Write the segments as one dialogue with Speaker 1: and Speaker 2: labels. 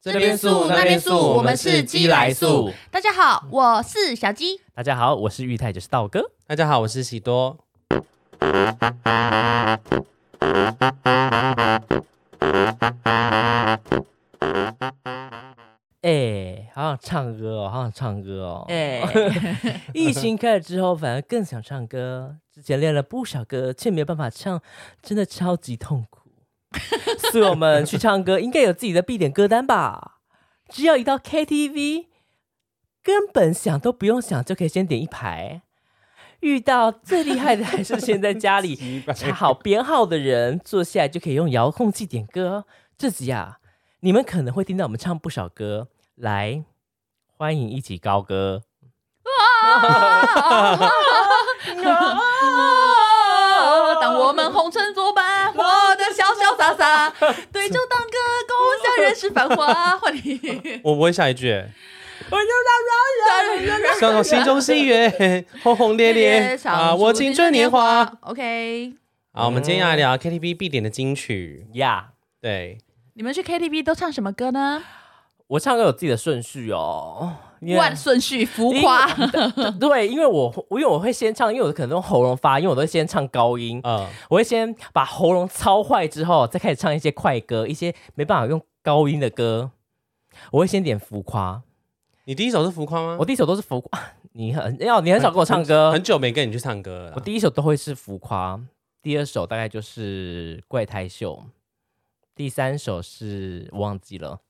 Speaker 1: 这边素那边素，我们是鸡来素。
Speaker 2: 大家好，我是小鸡。
Speaker 3: 大家好，我是玉泰，就是道哥。
Speaker 1: 大家好，我是喜多。
Speaker 3: 哎、好想唱歌哦，好想唱歌哦。
Speaker 2: 哎、
Speaker 3: 疫情开了之后，反而更想唱歌。之前练了不少歌，却没有办法唱，真的超级痛苦。所以我们去唱歌，应该有自己的必点歌单吧？只要一到 KTV，根本想都不用想就可以先点一排。遇到最厉害的还是先在家里 查好编号的人，坐下来就可以用遥控器点歌。这集啊，你们可能会听到我们唱不少歌，来，欢迎一起高歌。
Speaker 1: 哦
Speaker 2: 当我们红尘作伴，活得潇潇 洒洒，对酒当歌，共享人世繁华。换你，
Speaker 1: 我不会下一句，
Speaker 3: 我就让让让
Speaker 1: 像那种心中喜悦，轰轰烈烈啊，我青春年华。。
Speaker 2: OK，
Speaker 1: 好，我们今天要聊 KTV 必点的金曲。
Speaker 3: 呀
Speaker 1: 对，
Speaker 2: 你们去 KTV 都唱什么歌呢？
Speaker 3: 我唱歌有自己的顺序哦。因为
Speaker 2: 万顺序浮夸，
Speaker 3: 对，因为我我因为我会先唱，因为我可能用喉咙发，因为我都会先唱高音，
Speaker 1: 嗯，
Speaker 3: 我会先把喉咙操坏之后，再开始唱一些快歌，一些没办法用高音的歌。我会先点浮夸，
Speaker 1: 你第一首是浮夸吗？
Speaker 3: 我第一首都是浮夸。你很要你很少跟我唱歌
Speaker 1: 很，久没跟你去唱歌了
Speaker 3: 我
Speaker 1: 啦。
Speaker 3: 第一首都会是浮夸，第二首大概就是怪胎秀，第三首是我忘记了，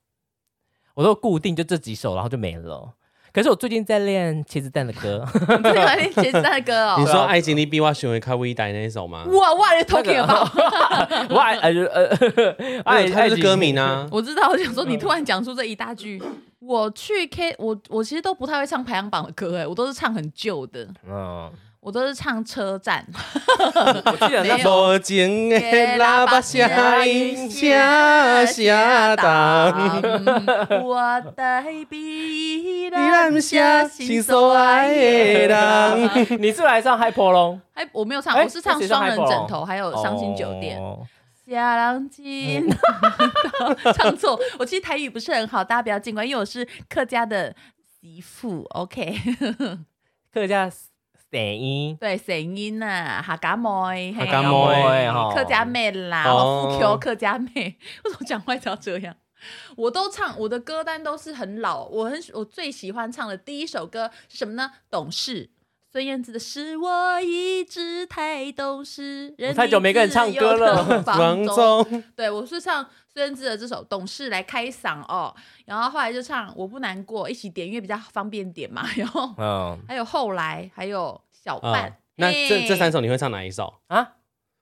Speaker 3: 我都固定就这几首，然后就没了。可是我最近在练茄子蛋的 歌，
Speaker 2: 对吧？你杰斯的歌
Speaker 1: 你
Speaker 2: 哦。
Speaker 1: 说《爱情里比我想的较伟大》那一首吗？
Speaker 2: 哇哇，你 talking about？
Speaker 3: 我爱呃呃
Speaker 1: 哎，
Speaker 3: 爱
Speaker 1: 它
Speaker 3: 爱
Speaker 1: 就是歌名啊。
Speaker 2: 我知道，我想说你突然讲出这一大句。我去 K，我我其实都不太会唱排行榜的歌，哎，我都是唱很旧的，
Speaker 3: 嗯，
Speaker 2: 我都是唱车站。
Speaker 3: 我记得那
Speaker 2: 没
Speaker 3: 时候
Speaker 2: 有
Speaker 1: 无情的喇叭声音声声动，
Speaker 2: 我代笔
Speaker 1: 你咱写心所爱的人。
Speaker 3: 你是来上 High p o 龙，
Speaker 2: 哎，我没有唱，
Speaker 3: 哎
Speaker 2: 我是唱《双人枕头》，还有《伤心酒店》。
Speaker 3: 哦
Speaker 2: 下郎金，唱错。我其实台语不是很好，大家不要见怪，因为我是客家的媳妇。OK，
Speaker 3: 客家声音，
Speaker 2: 对，声音呐，哈嘎妹，嘿嗯
Speaker 1: 客家妹
Speaker 3: 哈
Speaker 2: 客家妹啦，
Speaker 1: 哦
Speaker 2: 哦，富 Q 客家妹，为什么讲话一定要这样？我都唱我的歌单都是很老，我很我最喜欢唱的第一首歌是什么呢？懂事，孙燕姿的《是我一直太懂事》。人
Speaker 3: 太久没跟人唱歌了
Speaker 2: 民自由的
Speaker 1: 王
Speaker 2: 房中
Speaker 1: 中，
Speaker 2: 对，我是唱孙燕姿的这首《懂事》来开嗓哦，然后后来就唱《我不难过》，一起点，因为比较方便点嘛。 然后
Speaker 3: 嗯
Speaker 2: 还有后来，还有小半。
Speaker 1: 嗯那这
Speaker 2: 嘿
Speaker 1: 这三首你会唱哪一首？
Speaker 3: 啊，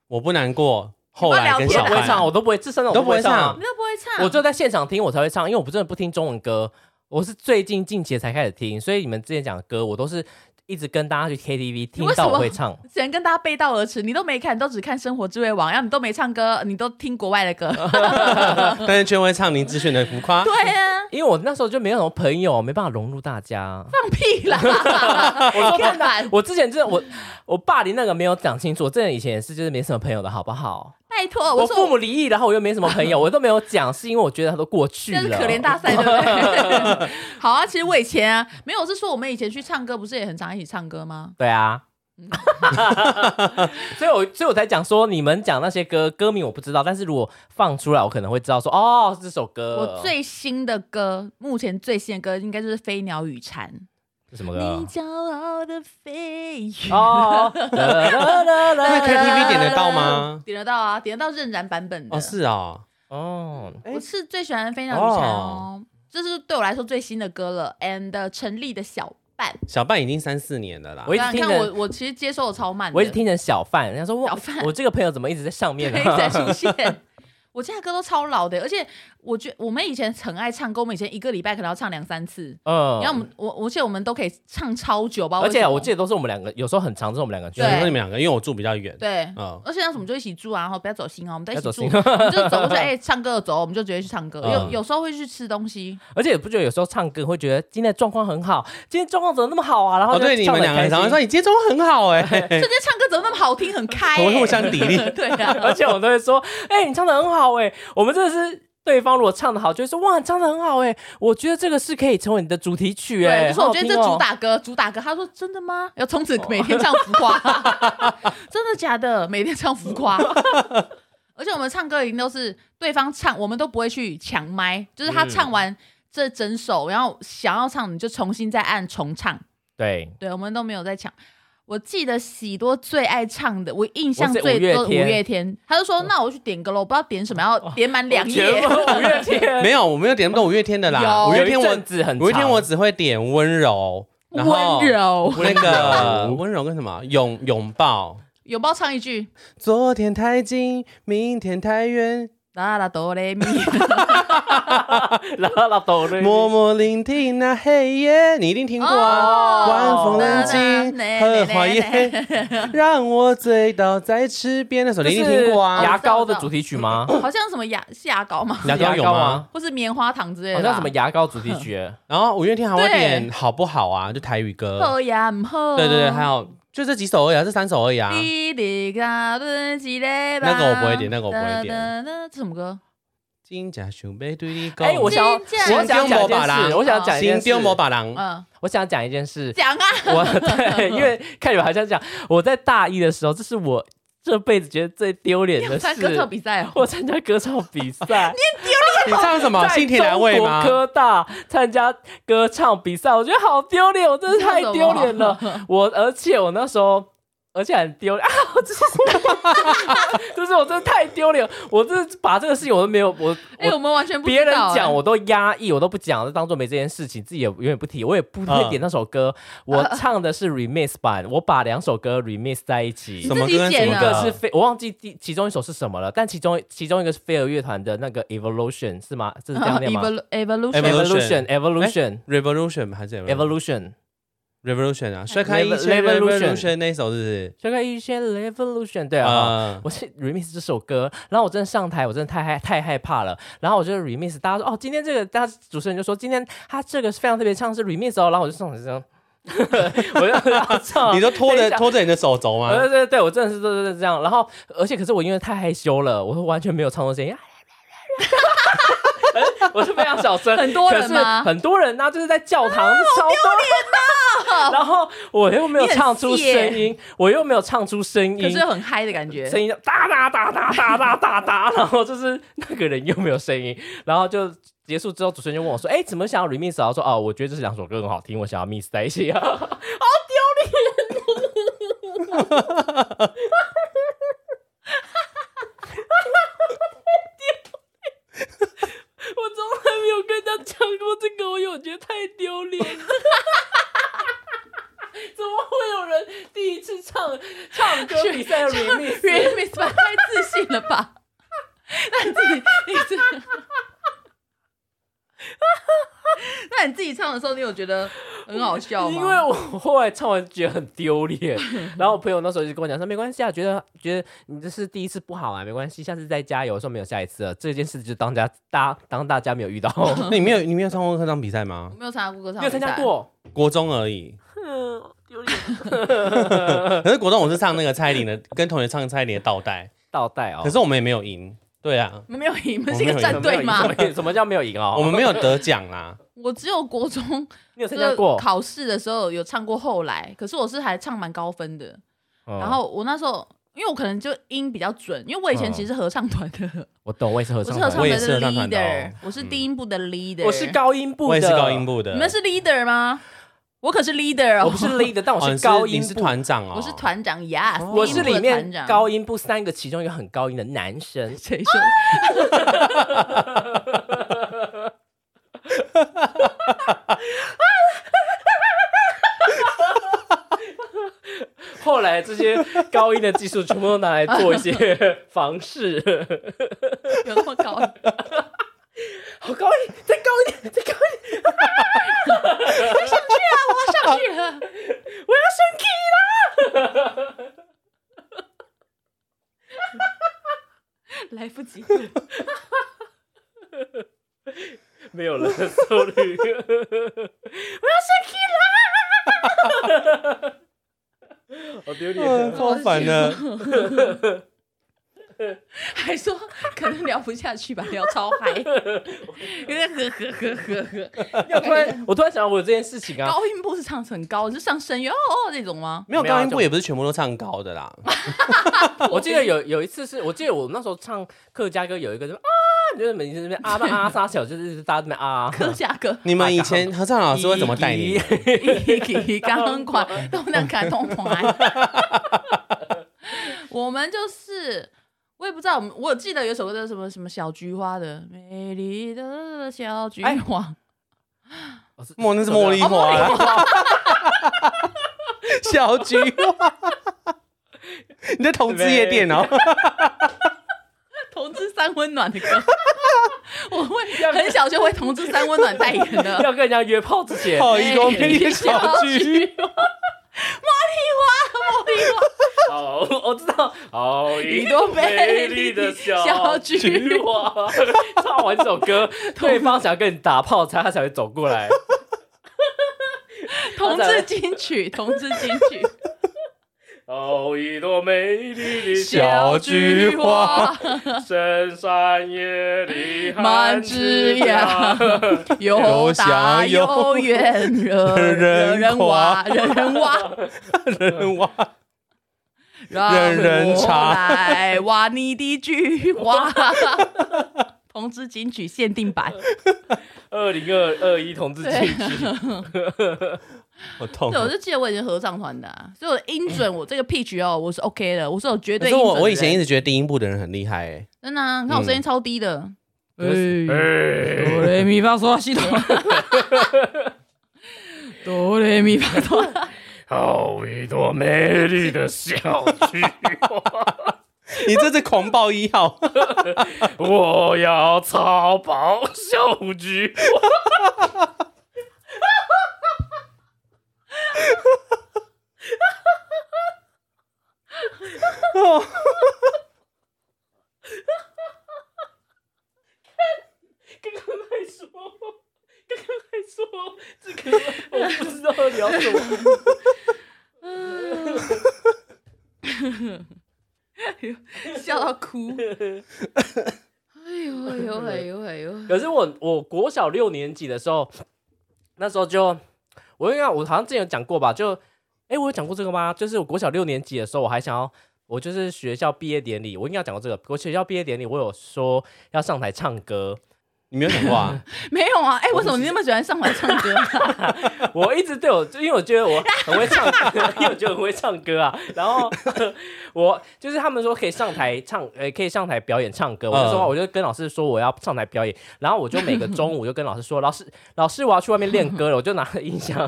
Speaker 1: 我不难过，后来跟
Speaker 3: 我
Speaker 1: 小
Speaker 3: 都不会
Speaker 1: 半
Speaker 3: 唱，我都不会，这三首我
Speaker 1: 都不会
Speaker 3: 唱啊
Speaker 1: 唱
Speaker 2: 哎你都不会 唱，
Speaker 3: 我就在现场听，我才会唱，因为我不真的不听中文歌，我是最近近期才开始听，所以你们之前讲的歌，我都是一直跟大家去 KTV 听
Speaker 2: 为什
Speaker 3: 到
Speaker 2: 么
Speaker 3: 我会唱。
Speaker 2: 只能跟大家背道而驰。你都没看，你都只看《生活智慧网》，然后你都没唱歌，你都听国外的歌。
Speaker 1: 但是却会唱林志炫的《浮夸》。
Speaker 2: 对啊，
Speaker 3: 因为我那时候就没有什么朋友，没办法融入大家。
Speaker 2: 放屁啦！我看看，
Speaker 3: 我之前真的我我霸凌那个没有讲清楚，我之前以前也是就是没什么朋友的好不好？
Speaker 2: 拜托，
Speaker 3: 我
Speaker 2: 哦我
Speaker 3: 父
Speaker 2: 说
Speaker 3: 母离异，然后我又没什么 朋友，我都没有讲，是因为我觉得他都过去
Speaker 2: 这
Speaker 3: 了。
Speaker 2: 是可怜大赛，对不对？好啊，其实我以前啊，没有，我是说我们以前去唱歌，不是也很常一起唱歌吗？
Speaker 3: 对啊。 所以我，所以我才讲说，你们讲那些歌歌名我不知道，但是如果放出来，我可能会知道说，哦，这首歌。
Speaker 2: 我最新的歌，目前最新的歌应该就是《飞鸟与蝉》。
Speaker 3: 是什么
Speaker 2: 你
Speaker 3: 歌？
Speaker 2: 骄傲的飞羽，
Speaker 3: 哦，
Speaker 1: 那 KTV 点得到吗？
Speaker 2: 呃点得到啊，点得到任然版本的。
Speaker 1: 哦，是哦，
Speaker 3: 哦，
Speaker 1: 哎
Speaker 2: 我是最喜欢《飞鸟与蝉》
Speaker 1: 哦
Speaker 2: 哦，这是对我来说最新的歌了。And 陈粒的小半，
Speaker 1: 小半已经三四年了啦
Speaker 3: 我。一直
Speaker 2: 想想
Speaker 3: 听
Speaker 2: 看
Speaker 3: 着
Speaker 2: 我我其实接受的超慢 的，
Speaker 3: 我一直听成小范，人家说
Speaker 2: 小
Speaker 3: 我
Speaker 2: 范
Speaker 3: 我这个朋友怎么一直在上面呢
Speaker 2: 一？直在出现。我家的歌都超老的，而且我觉我们以前很爱唱歌，我们以前一个礼拜可能要唱两三次，
Speaker 3: 嗯
Speaker 2: 然后我们我而且我们都可以唱超久吧，
Speaker 3: 而且啊我记
Speaker 2: 得
Speaker 3: 得都是我们两个，有时候很长，是我们两个去
Speaker 1: 有人说
Speaker 2: 对
Speaker 1: 你们两个，因为我住比较远。
Speaker 2: 对。
Speaker 1: 嗯，
Speaker 2: 而且那时候我们就一起住啊，然后不要走心哦，我们在一
Speaker 3: 不
Speaker 2: 起
Speaker 3: 哦要
Speaker 2: 住，
Speaker 3: 走
Speaker 2: 我
Speaker 3: 心
Speaker 2: 们就走过去，哎、唱歌走，我们就直接去唱歌。
Speaker 1: 嗯
Speaker 2: 有有时候会去吃东西，
Speaker 3: 而且也不觉得有时候唱歌会觉得今天的状况很好，今天状况怎么那么好啊？然后
Speaker 1: 哦，
Speaker 3: 就
Speaker 1: 对，你
Speaker 3: 唱
Speaker 1: 们
Speaker 3: 得
Speaker 1: 两个人
Speaker 3: 很
Speaker 1: 常常
Speaker 3: 开心
Speaker 1: 说你接中很好哎，
Speaker 2: 瞬间唱歌怎么那么好听，很开、
Speaker 1: 我
Speaker 2: 欸，
Speaker 1: 会互相砥砺。
Speaker 2: 对啊，
Speaker 3: 而且我们都会说，哎、你唱的很好哎、我们真的是对方如果唱的好，就会说哇，你唱的很好哎、我觉得这个是可以成为你的主题曲哎、
Speaker 2: 对，我
Speaker 3: 欸，
Speaker 2: 就说
Speaker 3: 好
Speaker 2: 我
Speaker 3: 好
Speaker 2: 觉
Speaker 3: 听
Speaker 2: 得这
Speaker 3: 哦
Speaker 2: 主打歌，主打歌。他说真的吗？要从此每天唱浮夸，
Speaker 3: 哦
Speaker 2: 真的假的？每天唱 浮夸。而且我们唱歌一定都是对方唱，我们都不会去抢麦，就是他唱完这整首，然后想要唱你就重新再按重唱。
Speaker 3: 对，
Speaker 2: 对，我们都没有在抢。我记得喜多最爱唱的，我印象
Speaker 3: 我是
Speaker 2: 最
Speaker 3: 五月
Speaker 2: 多的五
Speaker 3: 天哦
Speaker 2: 月天，他就说：“那我去点歌了，我不知道点什么，要点满两页。
Speaker 3: 全部五月 天，
Speaker 1: 没有，我没有点不懂五月天的啦。五
Speaker 2: 有
Speaker 3: 有
Speaker 1: 月
Speaker 3: 一
Speaker 1: 天
Speaker 3: 阵
Speaker 1: 我
Speaker 3: 子很
Speaker 1: 五月天
Speaker 3: 长
Speaker 1: 我只会点温柔，然后
Speaker 2: 温柔，
Speaker 1: 那个温柔跟什么拥拥抱。
Speaker 2: 有没有唱一句？
Speaker 1: 昨天太近，明天太远，
Speaker 2: 啦啦哆来 咪。
Speaker 3: 然后老抖了
Speaker 1: 默默聆听那黑夜，你一定听过啊。
Speaker 2: 哦
Speaker 1: 晚风冷
Speaker 2: 啦
Speaker 1: 静
Speaker 2: 啦，
Speaker 1: 荷花
Speaker 2: 啦啦啦
Speaker 1: 叶，让我醉倒在池边。那首你一定听过
Speaker 3: 这是
Speaker 1: 啊
Speaker 2: 呀。
Speaker 3: 牙膏的主题曲吗？
Speaker 2: 好像什么牙是牙膏吗？
Speaker 1: 牙膏有
Speaker 3: 牙膏
Speaker 1: 吗
Speaker 3: 啊？
Speaker 2: 或是棉花糖之类的
Speaker 3: 好
Speaker 2: 吧。
Speaker 3: 像什么牙膏主题 曲欸，
Speaker 1: 然后五月天还会
Speaker 2: 对
Speaker 1: 点好不好啊？就台语歌。
Speaker 2: 喝呀唔喝？
Speaker 1: 对对对，还有就这几首而已啊，这三首而已啊。
Speaker 2: 滴滴嘎顿几嘞吧。
Speaker 1: 那个我不会点那个我不会点
Speaker 2: 哒哒哒这什么歌？
Speaker 1: 金甲熊背对你讲
Speaker 3: 哎、我想要，
Speaker 2: 真假
Speaker 3: 我想要讲一件事，我想要讲一件
Speaker 1: 心
Speaker 3: 事，
Speaker 1: 丢魔把狼。
Speaker 2: 嗯，
Speaker 3: 我想要讲一件事，
Speaker 2: 讲啊，
Speaker 3: 我 对，因为看你们好像讲，我在大一的时候，这是我这辈子觉得最丢脸的
Speaker 2: 参歌
Speaker 3: 事
Speaker 2: 唱。比赛哦。
Speaker 3: 我参加歌唱比赛，
Speaker 1: 你唱什么？
Speaker 3: 在
Speaker 1: 新天来位
Speaker 3: 中
Speaker 1: 吗
Speaker 3: 国？科大参加歌唱比赛，我觉得好丢脸，我真的太丢脸了。我而且我那时候，而且很丢脸啊！我真是， 就是我真的太丢脸，我真的把这个事情我都没有，我
Speaker 2: 哎，我
Speaker 3: 我
Speaker 2: 们完全不 知
Speaker 3: 别
Speaker 2: 道
Speaker 3: 人
Speaker 2: 哎
Speaker 3: 讲我都压抑，我都不讲，就当做没这件事情，自己也永远不提，我也不会点那首 歌。我唱的是 remix 版，我把两首歌 remix 在一起
Speaker 1: 什。么歌跟什
Speaker 2: 你自己剪
Speaker 1: 么
Speaker 2: 的
Speaker 3: 一个
Speaker 1: 歌？
Speaker 3: 是飞，我忘记第其中一首是什么了，但其中其中一个是飞儿乐团的那个 Evolution 是吗？这是这样念吗
Speaker 2: Evolu- Evolution
Speaker 1: Evolu- Evolution 哎嗯
Speaker 3: Evolution Evolution
Speaker 1: Revolution 还是 Revolution
Speaker 3: Evolution，
Speaker 1: Revolution 啊？甩开一
Speaker 3: 哎 Revo-
Speaker 1: 切
Speaker 3: Revolution
Speaker 1: Revolution 那一首是
Speaker 3: 这个一些 Revolution 对
Speaker 1: 不是？
Speaker 3: 啊。
Speaker 1: 啊，
Speaker 3: 我是 remix 这首歌，然后我真的上台，我真的太害太害怕了。然后我就 remix，大家说哦，今天这个，大家主持人就说今天他这个是非常特别唱是 remix 哦，然后我就上台这样， 我就要唱，
Speaker 1: 呃 你都拖
Speaker 3: 等一
Speaker 1: 着
Speaker 3: 下
Speaker 1: 拖着你的手肘
Speaker 3: 呃
Speaker 1: 吗？
Speaker 3: 对对对，我真的是真的是这样。然后，而且可是我因为太害羞了，我完全没有唱出声音。 我是非常小声，
Speaker 2: 很多人吗啊
Speaker 3: 可是很多人呢、就是在教堂、超多人 然后我又没有唱出声音，我又没有唱出声
Speaker 2: 可
Speaker 3: 音
Speaker 2: 是，很嗨的感觉。
Speaker 3: 声音就哒哒哒哒哒哒哒哒，然后就是那个人又没有声音，然后就结束之后，主持人就问我说：“哎、怎么想要 remix？” 然后说：“哦，我觉得这两首歌很好听，我想要 mix 在一起啊。”我从来没有跟人家讲过这个，我有觉得太丢脸了。怎么会有人第一次唱唱歌比赛的 remix？
Speaker 2: Remix 吧，太自信了吧？ 那你自己，你自己，那你自己唱的时候，你有觉得很好笑吗？
Speaker 3: 因为我后来唱完觉得很丢脸， 然后我朋友那时候就跟我讲说，没关系啊，觉得觉得你这是第一次不好啊，没关系，下次再加油。我说没有下一次了，这件事就当家大当大家没有 遇到，
Speaker 1: 那你没有你没有上过歌唱比赛吗
Speaker 2: 我？没有参加过歌唱，
Speaker 3: 没有参加。过。
Speaker 1: 国中而 已。
Speaker 3: 嗯，丢脸。
Speaker 1: 可是国中我是唱那个蔡依林的，跟同学唱蔡依林的倒带，
Speaker 3: 倒带哦，
Speaker 1: 可是我们也没有赢。对啊，
Speaker 2: 我们没有赢，我们
Speaker 1: 我
Speaker 2: 是一
Speaker 1: 没有
Speaker 2: 个战
Speaker 1: 赢
Speaker 2: 队吗
Speaker 3: 什？么什么叫没有赢哦？
Speaker 1: 我们没有得奖 啦。
Speaker 2: 我只有国中
Speaker 3: 你有参加
Speaker 2: 就
Speaker 3: 过？
Speaker 2: 考试的时候有唱过后来，可是我是还唱蛮高分的。
Speaker 3: 嗯
Speaker 2: 然后我那时候，因为我可能就音比较准，因为我以前其实是合唱团的，
Speaker 3: 我懂，我也是合
Speaker 2: 我是
Speaker 3: 唱
Speaker 2: 合
Speaker 3: 团
Speaker 2: 唱
Speaker 1: 我
Speaker 2: 团
Speaker 1: 也是
Speaker 2: 的
Speaker 1: 合唱团的哦
Speaker 2: leader，我是低音部的 leader，
Speaker 3: 我是，高音部的，
Speaker 1: 我也是高音，部的。
Speaker 2: 你们是 leader 吗？我可是 leader 哦，
Speaker 3: 我不是 leader，但
Speaker 1: 哦
Speaker 3: 我
Speaker 1: 你
Speaker 3: 是高音
Speaker 1: 你是
Speaker 3: 部。
Speaker 1: 团长哦。
Speaker 2: 我是团长，yes，
Speaker 1: 哦
Speaker 3: 我
Speaker 2: 第一
Speaker 3: 是
Speaker 2: 部的
Speaker 3: 里面
Speaker 2: 团长
Speaker 3: 高音部三个其中一个很高音的男生，
Speaker 2: 谁说？
Speaker 3: 后来这些高音的技术全部都拿来做一些 房事，
Speaker 2: 有那 么高？
Speaker 3: 好高音，再高一点，再高一点，
Speaker 2: 上去了，
Speaker 3: 我要升 key 啦！
Speaker 2: 来不及。
Speaker 3: 没有了，sorry，好哦丢 脸
Speaker 1: 嗯，
Speaker 3: 啊。
Speaker 1: 超烦的。
Speaker 2: 还说可能聊不下下去吧，聊超 嗨，有点呵呵呵呵呵。
Speaker 3: 我突然我突然嗯想到我有这件事情啊，
Speaker 2: 高音部是唱很高，就上声乐哦哦那种吗？
Speaker 1: 没有
Speaker 3: 没有啊
Speaker 1: 高音
Speaker 3: 就
Speaker 1: 部也不是全部都唱高的 啦，，
Speaker 3: 我记得有有一次是我记得我那时候唱客家歌有一个就啊，就是每次那边啊那啊撒小，就是大家在那边啊，
Speaker 2: 客家歌
Speaker 1: 你们以前合唱老师会怎么带你？
Speaker 2: 刚刚款都能感动款。 我们就是，我也不知道，我们我记得有首歌叫什么什么小菊花的，美丽的小菊
Speaker 1: 哎
Speaker 2: 花，
Speaker 3: 哦是
Speaker 1: 莫那是哦茉莉花， 小菊花。 你在同志夜店哦，
Speaker 2: 同志三温暖的歌，我会很小就为同志三温暖代言的。
Speaker 3: 要跟人家约炮之前，
Speaker 1: 好一公平的小菊。
Speaker 2: 菊花，茉莉花，茉莉花。
Speaker 3: 好，我知道，好一
Speaker 2: 朵
Speaker 3: 朵
Speaker 2: 美
Speaker 3: 美
Speaker 2: 丽
Speaker 3: 丽
Speaker 2: 的
Speaker 3: 的
Speaker 2: 小
Speaker 3: 小
Speaker 2: 菊
Speaker 3: 菊花。唱完这首歌，对方想要跟你打炮，才他才会走过 来。
Speaker 2: 同志金曲，同志金曲，
Speaker 3: 好哦一朵美丽的
Speaker 1: 小菊花，
Speaker 3: 深山野里
Speaker 2: 满枝 桠，有大 有远，惹惹 人哇，惹人哇，
Speaker 1: 人 哇，
Speaker 2: 让
Speaker 1: 人人
Speaker 2: 我
Speaker 1: 茶
Speaker 2: 来挖你的菊花。同志金曲限定版，
Speaker 3: 二零二二一同志进去，
Speaker 1: 我痛
Speaker 2: 对，。我就记得我以前合唱团的啊、所以我的音准，我这个 pitch 哦，我是 OK 的，我是有绝
Speaker 1: 可
Speaker 2: 对
Speaker 1: 是
Speaker 2: 音准
Speaker 1: 我
Speaker 2: 的
Speaker 1: 我以前一
Speaker 2: 人
Speaker 1: 直觉得低音部的人很厉害哎，
Speaker 2: 真的啊、你看我声音超低的，
Speaker 3: 哎
Speaker 2: 哆来咪发嗦西哆， 哆来咪发嗦，
Speaker 3: 好一朵美丽的小菊花，
Speaker 1: 你这是狂暴一号，
Speaker 3: 我要草包小菊花。刚刚还说，刚刚还说这个，我不知道聊什么。
Speaker 2: 笑到哭。哎呦哎呦哎呦哎呦！
Speaker 3: 可是我我国小六年级的时候， 那时候就我应该我好像之前有讲过吧，就哎、我有讲过这个吗？就是我国小六年级的时候，我还想要。我就是学校毕业典礼，我应该有讲过这个。我学校毕业典礼，我有说要上台唱歌，
Speaker 1: 你没有讲话，
Speaker 2: 没有啊，哎，为什么你那么喜欢上台唱歌啊？
Speaker 3: 我一直对我，就因为我觉得我很会唱歌， 因为我觉得我很会唱歌啊。然后我就是他们说可以上台唱，呃，可以上台表演唱歌。我就说，
Speaker 1: 嗯
Speaker 3: 我就跟老师说我要上台表演，然后我就每个中午就跟老师说，老师，老师我要去外面练歌了，我就拿着音响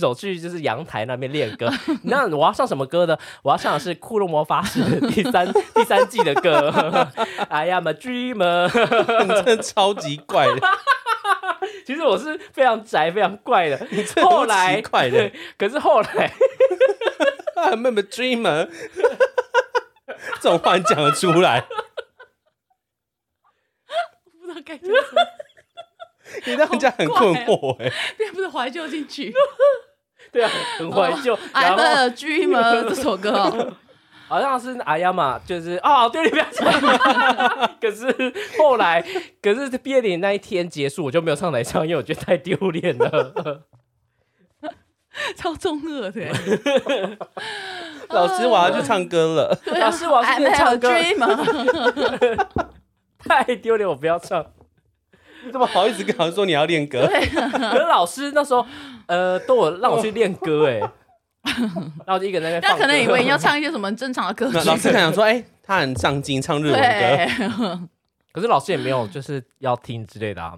Speaker 3: 走去就是阳台那边练歌。那我要上什么歌呢？我要上的是《库洛魔法使》的第三第三季的歌，哎《I Am a Dreamer》。
Speaker 1: 你真的超级怪的，
Speaker 3: 其实我是非常宅、非常怪的。
Speaker 1: 你真的
Speaker 3: 后
Speaker 1: 很
Speaker 3: 来
Speaker 1: 奇怪的
Speaker 3: 对。，可是后来。
Speaker 1: 啊，妹妹 dreamer，这种话你讲得出来？
Speaker 2: 不知道该讲什么，
Speaker 1: 你让人家很困惑哎、
Speaker 2: 并不是怀旧进 去。
Speaker 3: 对啊，很
Speaker 2: 哦
Speaker 3: 怀旧。然
Speaker 2: I'm
Speaker 3: 后
Speaker 2: a 哎 dreamer 这首歌哦，
Speaker 3: 好像是阿亚嘛，就是啊，对，你不要讲。可是后来，可是毕业典礼那一天结束，我就没有上台唱，因为我觉得太丢脸 了。
Speaker 2: 超中二的。
Speaker 1: 老师，我要去唱歌了。
Speaker 3: 老师，我要去
Speaker 2: I'm
Speaker 3: 练
Speaker 2: a
Speaker 3: 唱歌，
Speaker 2: 哎 dreamer，
Speaker 3: 太丢脸，我不要唱。
Speaker 1: 你怎么好意思跟老师说你要练歌？
Speaker 3: 可是老师那时候，呃，都有让我去练歌， 哎，然后我就一个人在那边
Speaker 2: 但
Speaker 3: 放歌。
Speaker 2: 可能以为你要唱一些什么很正常的歌
Speaker 1: 那老
Speaker 2: 曲。
Speaker 1: 师可能想说，哎、他很上进，唱日文歌。
Speaker 2: 对，
Speaker 3: 可是老师也没 有就是要听之类的啊。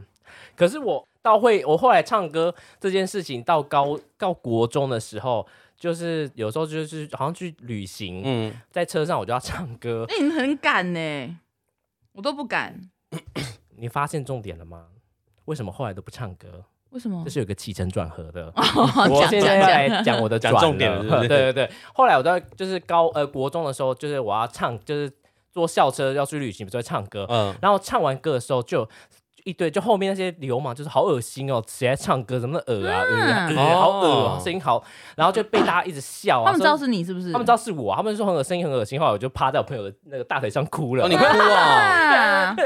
Speaker 3: 可是我到会，我后来唱歌这件事情到高到国中的时候，就是有时候就是好像去旅行，
Speaker 1: 嗯，
Speaker 3: 在车上我就要唱歌。
Speaker 2: 那你很敢呢，我都不敢。
Speaker 3: 你发现重点了吗？为什么后来都不唱歌？
Speaker 2: 为什 么
Speaker 3: 这？是有个起承转合 的。我
Speaker 2: 讲
Speaker 3: 现
Speaker 2: 讲
Speaker 3: 在要
Speaker 2: 讲。
Speaker 3: 来讲我的
Speaker 1: 哦讲
Speaker 3: 转
Speaker 1: 重点
Speaker 3: 了
Speaker 1: 了是不是
Speaker 3: 对对对。后来我在就是高呃国中的时候，就是我要唱，就是坐校车要去旅行，不是会唱歌。
Speaker 1: 嗯，
Speaker 3: 然后唱完歌的时候就。一堆就后面那些流氓就是好恶心哦，谁在唱歌怎么那么恶啊，呃啊
Speaker 2: 嗯
Speaker 3: 呃啊好恶哦
Speaker 1: 哦，
Speaker 3: 声音好，然后就被大家一直笑啊。
Speaker 2: 他们知道
Speaker 3: 说
Speaker 2: 是你是不是？
Speaker 3: 他们知道是 我啊，他们说很恶心很恶心，后来我就趴在我朋友的那个大腿上哭了。
Speaker 1: 哦，你哭哦，
Speaker 2: 啊！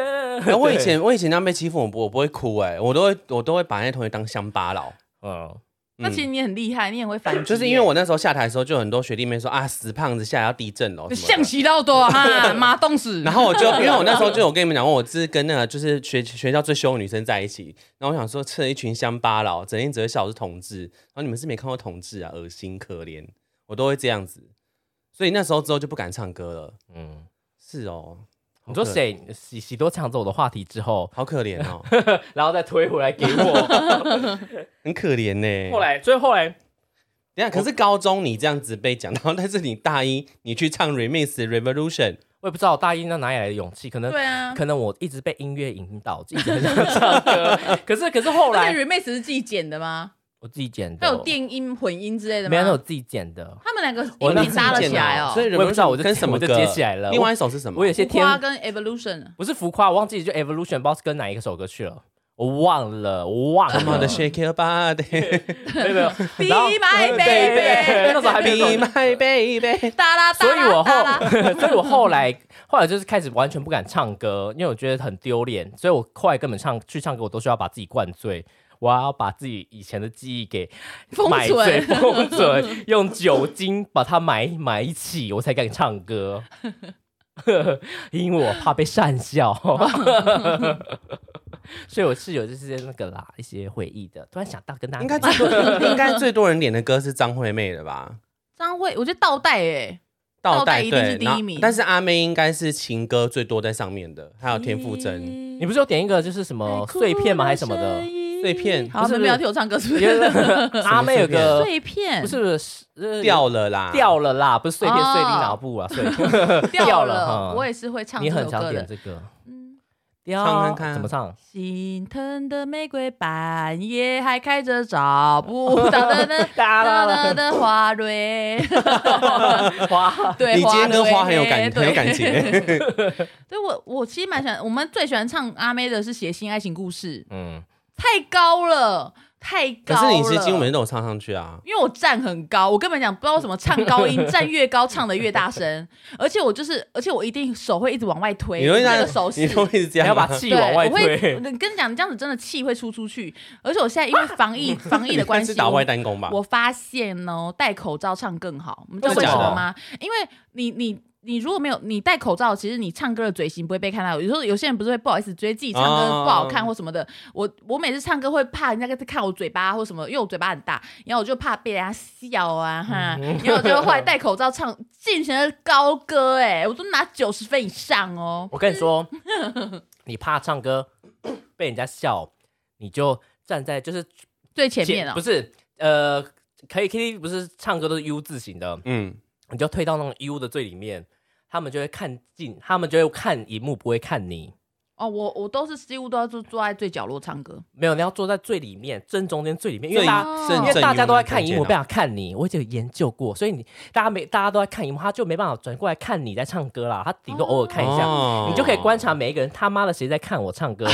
Speaker 1: 然后我以前我以前这样被欺负，我不我不会哭哎、我都会我都会把那些同学当乡巴佬。
Speaker 3: 嗯，
Speaker 2: 那其实你很厉害，你很会反击耶，
Speaker 1: 就是因为我那时候下台的时候，就有很多学弟妹说啊，死胖子下来要地震 哦，什么的
Speaker 2: 象棋到多哈，马冻死。
Speaker 1: 然后我就， 因为我那时候就有跟你们讲过，我是跟那个就是学学校最凶的女生在一起。然后我想说，趁一群乡巴佬，整天只会笑我是同志。然后你们是没看过同志啊，恶心可怜，我都会这样子。所以那时候之后就不敢唱歌了。
Speaker 3: 嗯，
Speaker 1: 是哦，
Speaker 3: 你说谁喜喜多抢走我的话题之后，
Speaker 1: 好可怜哦，
Speaker 3: 然后再推回来给我，
Speaker 1: 很可怜欸呢。
Speaker 3: 后，来所以后来
Speaker 1: 等一下可是高中你这样子被讲 到，但是你大一你去唱 Remix Revolution，
Speaker 3: 我也不知道大一那哪里来的勇气，可能
Speaker 2: 对啊，
Speaker 3: 可能我一直被音乐引导，一直很想唱 歌。可是可是后
Speaker 2: 而
Speaker 3: 来
Speaker 2: 且 remix 是自己剪的吗？
Speaker 3: 我自己剪的，
Speaker 2: 它有电音、混音之类的吗？
Speaker 3: 没有，那我自己剪的。
Speaker 2: 他们两个
Speaker 3: 我
Speaker 2: 音频搭了起来
Speaker 1: 所以
Speaker 2: 哦。
Speaker 3: 我也不知道
Speaker 1: Revolution
Speaker 3: 我就
Speaker 1: 跟什么
Speaker 3: 我就
Speaker 1: 歌
Speaker 3: 接起来了
Speaker 1: 另外一首是什么？
Speaker 3: 我有些
Speaker 2: 浮夸
Speaker 3: 天
Speaker 2: 跟 evolution
Speaker 3: 不是浮夸，我忘记就 Evolution 不知道是跟哪一个首歌去了，我忘了，我忘
Speaker 1: 他妈的
Speaker 3: 了。
Speaker 1: Shake Your Body，
Speaker 3: 没有没有，
Speaker 2: Be
Speaker 3: 然后
Speaker 2: my
Speaker 3: 对对对
Speaker 2: baby，
Speaker 3: 那时候还没有这
Speaker 1: Be
Speaker 3: 种
Speaker 1: My Baby。
Speaker 2: 哒啦哒
Speaker 3: 所以
Speaker 2: 啦
Speaker 3: 我后
Speaker 2: 哒啦，
Speaker 3: 所以我后来后来就是开始完全不敢唱歌，因为我觉得很丢脸，所以我后来根本唱去唱歌，我都需要把自己灌醉。我要把自己以前的记忆给
Speaker 2: 封
Speaker 3: 买醉、
Speaker 2: 存
Speaker 3: 封存，用酒精把它埋埋起，我才敢唱歌。 因为我怕被讪笑， 所以我是有这些那个啦一些回忆的。突然想到跟大家
Speaker 1: 应该最多应该最多人点的歌是张惠妹的吧？
Speaker 2: 张惠，我觉得倒带哎，倒带一定是
Speaker 1: 对
Speaker 2: 第一
Speaker 1: 然后
Speaker 2: 名
Speaker 1: 但是阿妹应该是情歌最多在上面的，还有田馥
Speaker 2: 嗯
Speaker 1: 甄。
Speaker 3: 你不是有点一个就是什么碎片吗？还是什么的？
Speaker 1: 碎片
Speaker 2: 好，
Speaker 3: 不
Speaker 2: 你
Speaker 3: 是
Speaker 2: 们不要听我唱歌，是不
Speaker 3: 因为
Speaker 2: 是？
Speaker 3: 阿妹有个
Speaker 2: 碎片
Speaker 3: 不是是呃
Speaker 1: 掉了啦，
Speaker 3: 掉了啦，不是碎片
Speaker 2: 哦
Speaker 3: 碎你脑部啊，碎
Speaker 2: 掉
Speaker 3: 哈
Speaker 2: 了，我也是会唱
Speaker 3: 你
Speaker 2: 这
Speaker 3: 很
Speaker 2: 首
Speaker 3: 常
Speaker 2: 歌
Speaker 3: 点
Speaker 2: 的。
Speaker 3: 这个
Speaker 2: 嗯，
Speaker 3: 掉
Speaker 1: 唱看看
Speaker 3: 怎么唱？
Speaker 2: 心疼的玫瑰半夜还开着找不到的 那
Speaker 3: 哒啦啦
Speaker 2: 的的花蕊，
Speaker 3: 哇，
Speaker 2: 对，
Speaker 1: 你今天跟花很有
Speaker 2: 蕊
Speaker 1: 感很有感。
Speaker 2: 对
Speaker 1: 情，
Speaker 2: 对我，我其实蛮喜欢，我们最喜欢唱阿妹的是《写信爱情故事》，
Speaker 3: 嗯，
Speaker 2: 太高了，太高
Speaker 1: 可
Speaker 2: 了。
Speaker 1: 是你是经文都有唱上去啊。
Speaker 2: 因为我站很高，我根本讲不知道为什么唱 高音，站越高唱的越大声，而且我就是，而且我一定手会一直往外推，
Speaker 1: 你容易
Speaker 2: 那
Speaker 1: 让
Speaker 2: 个手势
Speaker 1: 你。容易这
Speaker 3: 还
Speaker 1: 样
Speaker 3: 要把
Speaker 1: 吗，
Speaker 3: 气
Speaker 2: 对
Speaker 3: 往外
Speaker 2: 我会，
Speaker 3: 推
Speaker 2: 我，跟你讲，这样子真的气会出出去。而且我现在因为 防疫、防疫的关系
Speaker 1: 是，打外单工吧？
Speaker 2: 我发现哦，戴口罩唱更好。你知道
Speaker 1: 真
Speaker 2: 为
Speaker 1: 的
Speaker 2: 什
Speaker 1: 假的
Speaker 2: 么吗？因为你你。你如果没有你戴口罩，其实你唱歌的嘴型不会被看到。有时候有些人不是会不好意思，觉得自己唱歌不好
Speaker 1: 啊
Speaker 2: 看或什么的。我我每次唱歌会怕人家在看我嘴巴或什么，因为我嘴巴很大，然后我就怕被人家笑啊
Speaker 1: 嗯
Speaker 2: 哈。然后我就后来戴口罩唱，尽情的高歌、欸，哎，我都拿九十分以上哦。
Speaker 3: 我跟你 说，你怕唱歌被人家笑，你就站在就是
Speaker 2: 最前面哦
Speaker 3: 不，是呃，可以 K T V 不是唱歌都是 U 字形的，
Speaker 1: 嗯，
Speaker 3: 你就退到那种 U 的最里面，他们就会看进，他们就会看荧幕，不会看你。
Speaker 2: 哦，我我都是几乎都要坐坐在最角落唱歌。
Speaker 3: 没有，你要坐在最里面，正中间最里面，因
Speaker 1: 最
Speaker 3: 为大家。
Speaker 2: 哦
Speaker 1: 正
Speaker 3: 因为
Speaker 1: 正
Speaker 3: 大家都在看
Speaker 1: 中
Speaker 3: 荧
Speaker 1: 间
Speaker 3: 幕，
Speaker 1: 啊
Speaker 3: 不想看你。我已经有研究过，所以你大家没大家都在看荧幕，他就没办法转过来看你在唱歌啦。他顶多偶尔看一下，
Speaker 1: 哦
Speaker 3: 你就可以观察每一个人。他妈的，谁在看我唱歌？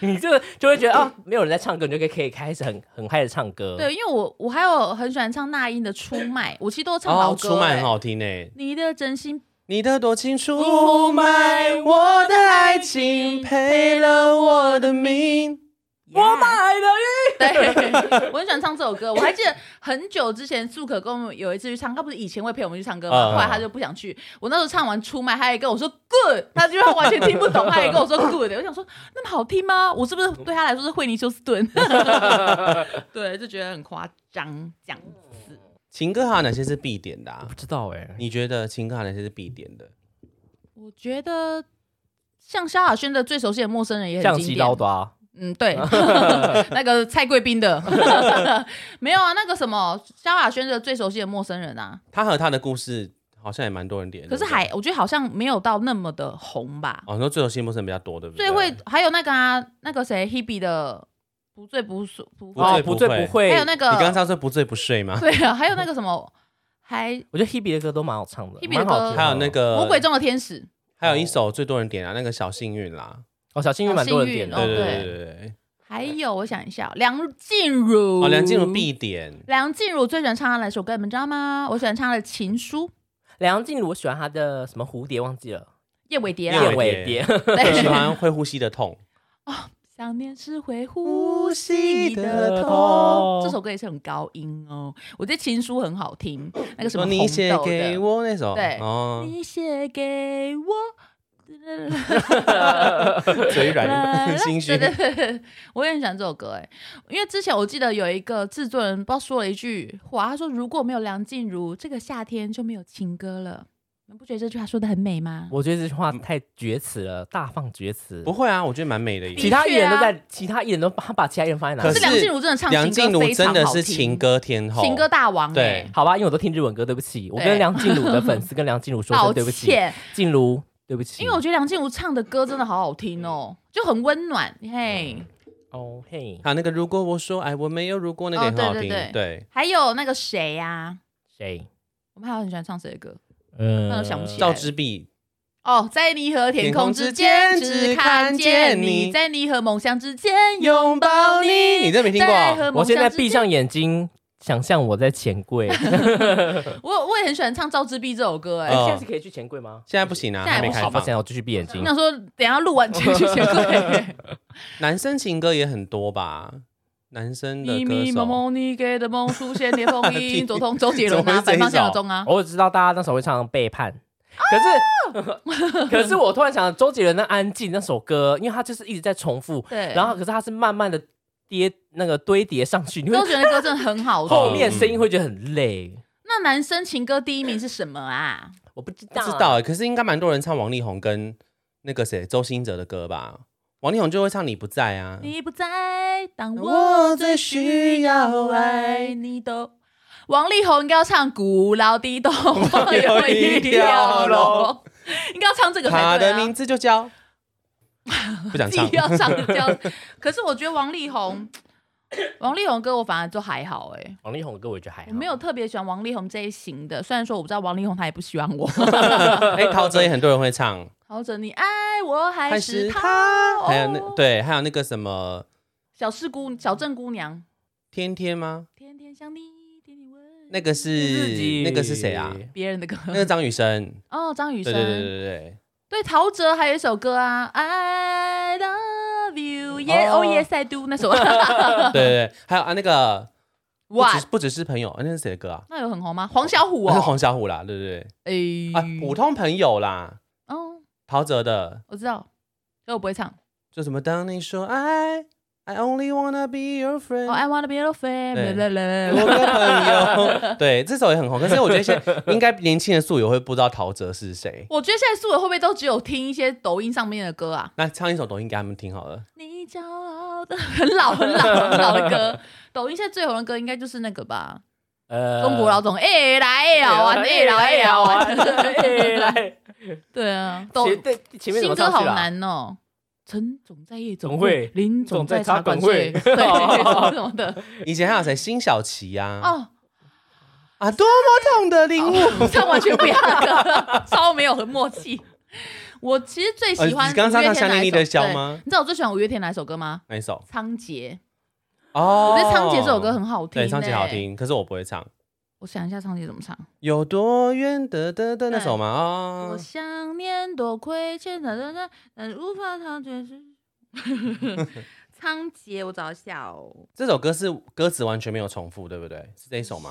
Speaker 3: 你这就会觉得啊，没有人在唱歌，你就可以可以开始很很嗨的唱歌。
Speaker 2: 对，因为我我还有很喜欢唱那英的《出卖》，我其实都唱老
Speaker 1: 哦，
Speaker 2: 歌、
Speaker 1: 出卖
Speaker 2: 欸
Speaker 1: 很好听诶。
Speaker 2: 你的真心
Speaker 1: 你的多情出卖我的爱情，赔了我的命。
Speaker 3: 我买了耶！
Speaker 2: 对，我很喜欢唱这首歌。我还记得很久之前，素可跟我们有一次去唱，他不是以前会陪我们去唱歌吗？
Speaker 1: 嗯
Speaker 2: 后来他就不想去。我那时候唱完《出卖》，他也跟我说 “good”，他就他完全听不懂，他也跟我说 “good”。我想说，那么好听吗？我是不是对他来说是惠尼休斯顿？ 对，就觉得很夸张这样子。
Speaker 1: 情歌还有哪些是必点的、啊
Speaker 3: 不？知道哎、
Speaker 1: 你觉得情歌还有哪些是必点的？
Speaker 2: 我觉得像萧亚轩的《最熟悉的陌生人》也
Speaker 3: 象
Speaker 2: 很经
Speaker 3: 棋
Speaker 2: 典
Speaker 3: 刀。刀，
Speaker 2: 嗯，对， 那个蔡贵宾的 没有啊，那个什么萧亚轩的最熟悉的陌生人啊，
Speaker 1: 他和他的故事好像也蛮多人点的，
Speaker 2: 可是
Speaker 1: 对不
Speaker 2: 还我觉得好像没有到那么的红吧。
Speaker 1: 对哦，你说最有幸福是比较多，对不对？
Speaker 2: 最会还有那个啊，那个谁 Hebe 的不醉不睡不
Speaker 1: 不醉
Speaker 3: 哦，不醉
Speaker 1: 不
Speaker 3: 不会。
Speaker 2: 还有那
Speaker 1: 你刚
Speaker 2: 个
Speaker 1: 刚说不醉不睡吗？
Speaker 2: 对啊，还有那个什么还
Speaker 3: 我觉得 Hebe 的歌都蛮好唱的
Speaker 2: Hebe
Speaker 3: 蛮好
Speaker 2: 的歌
Speaker 3: 听的
Speaker 1: 还有那个
Speaker 2: 魔鬼，中的天使，
Speaker 1: 还有一首最多人点啊，那个小幸运啦。
Speaker 3: 哦，小幸运蛮多人点的，
Speaker 2: 哦
Speaker 1: 对对对
Speaker 2: 对
Speaker 1: 对对，
Speaker 2: 还有我想一下梁静茹
Speaker 1: 哦，梁静茹必点。
Speaker 2: 梁静茹最喜欢唱的哪首歌你们知道吗？我喜欢唱她的《情书》。
Speaker 3: 梁静茹，我喜欢她的什么蝴蝶忘记了，
Speaker 2: 叶伟蝶
Speaker 1: 叶
Speaker 2: 啦
Speaker 1: 伟，
Speaker 3: 尾蝶，
Speaker 1: 我喜
Speaker 2: 对，
Speaker 1: 欢会呼吸的痛，
Speaker 2: 想念是会呼吸
Speaker 3: 的
Speaker 2: 的
Speaker 3: 痛
Speaker 2: 痛。这首歌也是很高音哦，我觉得《情书》很好 听，那个什
Speaker 1: 说
Speaker 2: 么红豆
Speaker 1: 你
Speaker 2: 的
Speaker 1: 写给我那首，
Speaker 2: 对
Speaker 1: 哦，
Speaker 2: 你写给我。
Speaker 1: 嘴软，心虚
Speaker 2: 对，对对对， 我也很喜欢这首歌哎，因为之前我记得有一个制作人不知道说了一句话，他说如果没有梁静茹，这个夏天就没有情歌了。你们不觉得这句话说的很美吗？
Speaker 3: 我觉得这句话太绝词了，大放厥词。
Speaker 1: 不会啊，我觉得蛮美的耶。
Speaker 3: 其他艺人都
Speaker 2: 的确啊
Speaker 3: 在，其他艺人都把把其他艺人放在哪
Speaker 1: 可
Speaker 3: 里
Speaker 2: 是？梁静茹真的唱情歌
Speaker 1: 梁静茹
Speaker 2: 非常
Speaker 1: 真的
Speaker 2: 好
Speaker 1: 是
Speaker 2: 听
Speaker 1: 情歌天后，
Speaker 2: 情歌大王哎
Speaker 1: 对，
Speaker 3: 好吧，因为我都听日文歌，对不起，我
Speaker 2: 对
Speaker 3: 跟梁静茹的 粉丝跟梁静茹说
Speaker 2: 抱
Speaker 3: 声对不起，
Speaker 2: 歉，
Speaker 3: 静茹对不起。
Speaker 2: 因为我觉得梁静茹唱的歌真的好好听哦，就很温暖嘿。
Speaker 3: 哦嘿，
Speaker 1: 还有那个如果我说哎我没有如果那个也
Speaker 2: 哦
Speaker 1: 很好
Speaker 2: 对
Speaker 1: 听
Speaker 2: 对，对
Speaker 1: 对，
Speaker 2: 还有那个谁呀、
Speaker 3: 谁？
Speaker 2: 我们还有很喜欢唱谁的歌？
Speaker 3: 嗯
Speaker 2: 那我想不起来
Speaker 1: 赵之璧
Speaker 2: 哦，在你和天空之间，只看见你；在你和梦想之间，
Speaker 1: 拥抱你，你这没听过
Speaker 2: 在
Speaker 1: 啊？
Speaker 2: 和
Speaker 3: 我
Speaker 2: 梦
Speaker 3: 现在
Speaker 2: 想之
Speaker 3: 闭
Speaker 2: 间。
Speaker 3: 上眼睛，想象我在钱 柜。
Speaker 2: 我我也很喜欢唱《赵之璧》这首歌、哎、
Speaker 1: 哦
Speaker 3: 下次可以去钱柜吗？
Speaker 1: 现在不行啊，
Speaker 2: 现在
Speaker 1: 还
Speaker 2: 不
Speaker 1: 没
Speaker 2: 行
Speaker 1: 开
Speaker 3: 好吧，
Speaker 1: 放
Speaker 3: 现。在我继续闭眼睛
Speaker 2: 那。说等一下录完就去钱柜。
Speaker 1: 男生情歌也很多吧？男生的
Speaker 2: 咪
Speaker 1: 歌
Speaker 2: 咪蒙
Speaker 1: 手，
Speaker 2: 蒙，你给的梦出现裂缝音，左通周杰伦
Speaker 1: 怎么
Speaker 2: 啊，
Speaker 1: 会这一
Speaker 2: 反方向
Speaker 1: 首
Speaker 2: 有钟啊。
Speaker 3: 我只知道大家那时候会唱《背叛》，可
Speaker 2: 哦
Speaker 3: 是 可是我突然想，周杰伦的《安静》那首歌，因为他就是一直在重复，
Speaker 2: 对，
Speaker 3: 然后可是他是慢慢的叠那个堆叠上去，你会
Speaker 2: 周杰伦的歌真的很好
Speaker 3: 后
Speaker 2: 听。
Speaker 3: 面声音会觉得很累。
Speaker 2: 那男生情歌第一名是什么啊？
Speaker 3: 我不知
Speaker 1: 不
Speaker 3: 道，
Speaker 1: 知道欸，可是应该蛮多人唱王力宏跟那个谁周兴哲的歌吧？王力宏就会唱《你不在》啊，
Speaker 2: 你不在，当
Speaker 1: 我
Speaker 2: 我
Speaker 1: 最
Speaker 2: 最
Speaker 1: 需
Speaker 2: 需
Speaker 1: 要
Speaker 2: 要
Speaker 1: 爱
Speaker 2: 爱你都。王力宏应该要唱《古老的洞有一条龙》，应该要唱这个
Speaker 1: 他
Speaker 2: 才对
Speaker 1: 的
Speaker 2: 啊。
Speaker 1: 名字就叫， 不想
Speaker 2: 自
Speaker 1: 唱
Speaker 2: 己。要唱就叫。可是我觉得王力宏，王力宏歌我反而就还好哎、
Speaker 3: 王力宏的歌我觉得还好，
Speaker 2: 我没有特别喜欢王力宏这一型的，虽然说我不知道王力宏他也不喜欢我。
Speaker 1: 哎，陶喆也很多人会唱，
Speaker 2: 陶喆，你爱我还
Speaker 1: 还
Speaker 2: 是
Speaker 1: 是
Speaker 2: 他？
Speaker 1: 他，还有
Speaker 2: 哦
Speaker 1: 那对，还有那个什么
Speaker 2: 小四姑，小郑姑娘，
Speaker 1: 天天吗？
Speaker 2: 天天想你，天天问。
Speaker 1: 那个
Speaker 3: 自己
Speaker 1: 是那个是谁啊？
Speaker 2: 别人的歌，
Speaker 1: 那个张雨生，
Speaker 2: 哦，张 雨
Speaker 1: 对
Speaker 2: 生，
Speaker 1: 对对对对
Speaker 2: 对陶喆还有一首歌啊，I love you, yeah, oh,
Speaker 3: 哦
Speaker 2: yes I do 那 首，
Speaker 1: 对对对， 还有啊那个不
Speaker 2: 哇
Speaker 1: 只，不只是朋友，啊那是谁的歌啊？
Speaker 2: 那有很红吗？黄小虎
Speaker 1: 那是
Speaker 2: 哦，
Speaker 1: 黄小虎啦，对对
Speaker 2: 哎
Speaker 1: 对，啊，普通朋友啦，
Speaker 2: 哦，
Speaker 1: 陶喆的，
Speaker 2: 我知道，可我不会唱。
Speaker 1: 就什么当你说爱，I only wanna be your
Speaker 2: 哦
Speaker 1: friend，
Speaker 2: ，I wanna be your friend，
Speaker 1: 嗯对
Speaker 2: 啦啦
Speaker 1: 我
Speaker 2: 啦
Speaker 1: 的朋友， 对，这首也很红，可是我觉得现在应该年轻的素友会不知道陶喆是谁，
Speaker 2: 我觉得现在素人会不会都只有听一些抖音上面的歌啊？
Speaker 1: 那唱一首抖音给他们听好了，
Speaker 2: 你骄傲的，很老很老很老的歌。抖音现在最红的歌应该就是那个吧？
Speaker 3: 呃
Speaker 2: 中 国老总，哎来哎摇啊，哎来哎摇啊，
Speaker 3: 哎来，
Speaker 2: 对啊，抖
Speaker 3: 前对前面怎
Speaker 2: 新
Speaker 3: 么
Speaker 2: 歌
Speaker 3: 唱
Speaker 2: 好
Speaker 3: 去了？啊
Speaker 2: 难哦。陈总在夜
Speaker 3: 总
Speaker 2: 总
Speaker 3: 会
Speaker 2: 会，林
Speaker 3: 总
Speaker 2: 总
Speaker 3: 在
Speaker 2: 在
Speaker 3: 茶
Speaker 2: 茶馆
Speaker 3: 馆会哦
Speaker 2: 睡，对，什么什么的
Speaker 1: 以前还有谁辛晓琪呀，
Speaker 2: 哦，
Speaker 1: 啊，多么痛的领悟。
Speaker 2: 这完全不一样的歌，超没有默契。我其实最
Speaker 1: 呃，
Speaker 2: 喜
Speaker 1: 你
Speaker 2: 欢
Speaker 1: 刚刚
Speaker 2: 五月
Speaker 1: 唱
Speaker 2: 天
Speaker 1: 夏
Speaker 2: 哪
Speaker 1: 令
Speaker 2: 一
Speaker 1: 营的
Speaker 2: 首
Speaker 1: 箫
Speaker 2: 对
Speaker 1: 吗？
Speaker 2: 你知道我最喜欢五月天哪一首歌吗？
Speaker 1: 哪一首？
Speaker 2: 《仓颉》，
Speaker 1: 哦，
Speaker 2: 我觉得《仓颉》这首歌很好听、
Speaker 1: 对，
Speaker 2: 欸，
Speaker 1: 唱起来好。听，可是我不会唱。
Speaker 2: 我想一下，《仓颉》怎么唱？
Speaker 1: 有多远的的的那
Speaker 2: 对
Speaker 1: 首吗？啊
Speaker 2: 我，想念多亏欠的人，但无法逃却是 仓颉。我找一下哦，
Speaker 1: 这首歌是歌词完全没有重复，对不对？是这一首吗？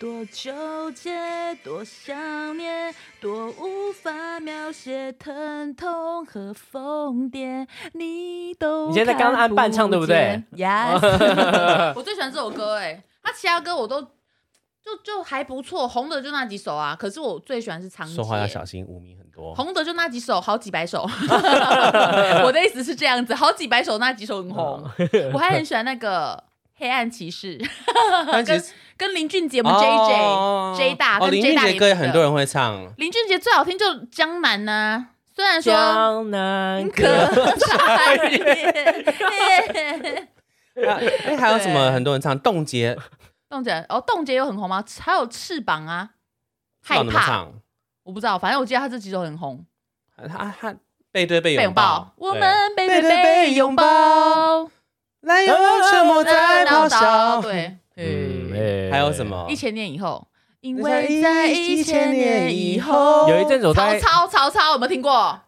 Speaker 2: 多纠结，多想念，多无法描写疼痛和疯癫，你都
Speaker 3: 你现在在刚刚按伴唱对不对
Speaker 2: ？Yes，我最喜欢这首歌哎、他其他歌我都就就还不错，红的就那几首啊。可是我最喜欢是《长
Speaker 1: 说话要小心，无名很多。
Speaker 2: 红的就那几首，好几百 首。 我的意思是这样子，好几百首那几首很红。
Speaker 3: 哦
Speaker 2: 我还很喜欢那个《黑暗骑士》
Speaker 1: 但其
Speaker 2: 跟
Speaker 1: 实
Speaker 2: 跟林俊杰，我
Speaker 1: 我
Speaker 2: 们 JJ、J 大
Speaker 1: 哦，
Speaker 2: 跟
Speaker 1: 林
Speaker 2: J
Speaker 1: 俊
Speaker 2: 大
Speaker 1: 杰
Speaker 2: 也
Speaker 1: 歌也
Speaker 2: 是
Speaker 1: 很
Speaker 2: 的
Speaker 1: 多人会唱。
Speaker 2: 林俊杰最好听就《江南》呐，虽然啊说
Speaker 3: 江南
Speaker 2: 很
Speaker 3: 歌
Speaker 2: 可， 爱。耶
Speaker 1: 啊哎，还有什么
Speaker 2: 对
Speaker 1: 很多人唱？冻结
Speaker 2: 冻结哦，冻结有很红吗？还有翅膀啊，
Speaker 1: 不知道
Speaker 2: 害
Speaker 1: 怎么
Speaker 2: 怕，
Speaker 1: 唱？
Speaker 2: 我不知道，反正我记得他这几首很红。
Speaker 1: 他他背对背拥
Speaker 2: 被拥抱，我们被被
Speaker 1: 被被被
Speaker 2: 被
Speaker 1: 拥
Speaker 2: 拥
Speaker 1: 抱
Speaker 2: 抱。
Speaker 1: 来有沉默在咆哮。
Speaker 2: 对，
Speaker 3: 嗯
Speaker 2: 嗯，
Speaker 3: 哎
Speaker 1: 还有什么
Speaker 2: 一？千年以后，因为在一千年以后，
Speaker 3: 有一阵子我哦
Speaker 2: 曹
Speaker 3: 在
Speaker 2: 操，曹操有没有听过？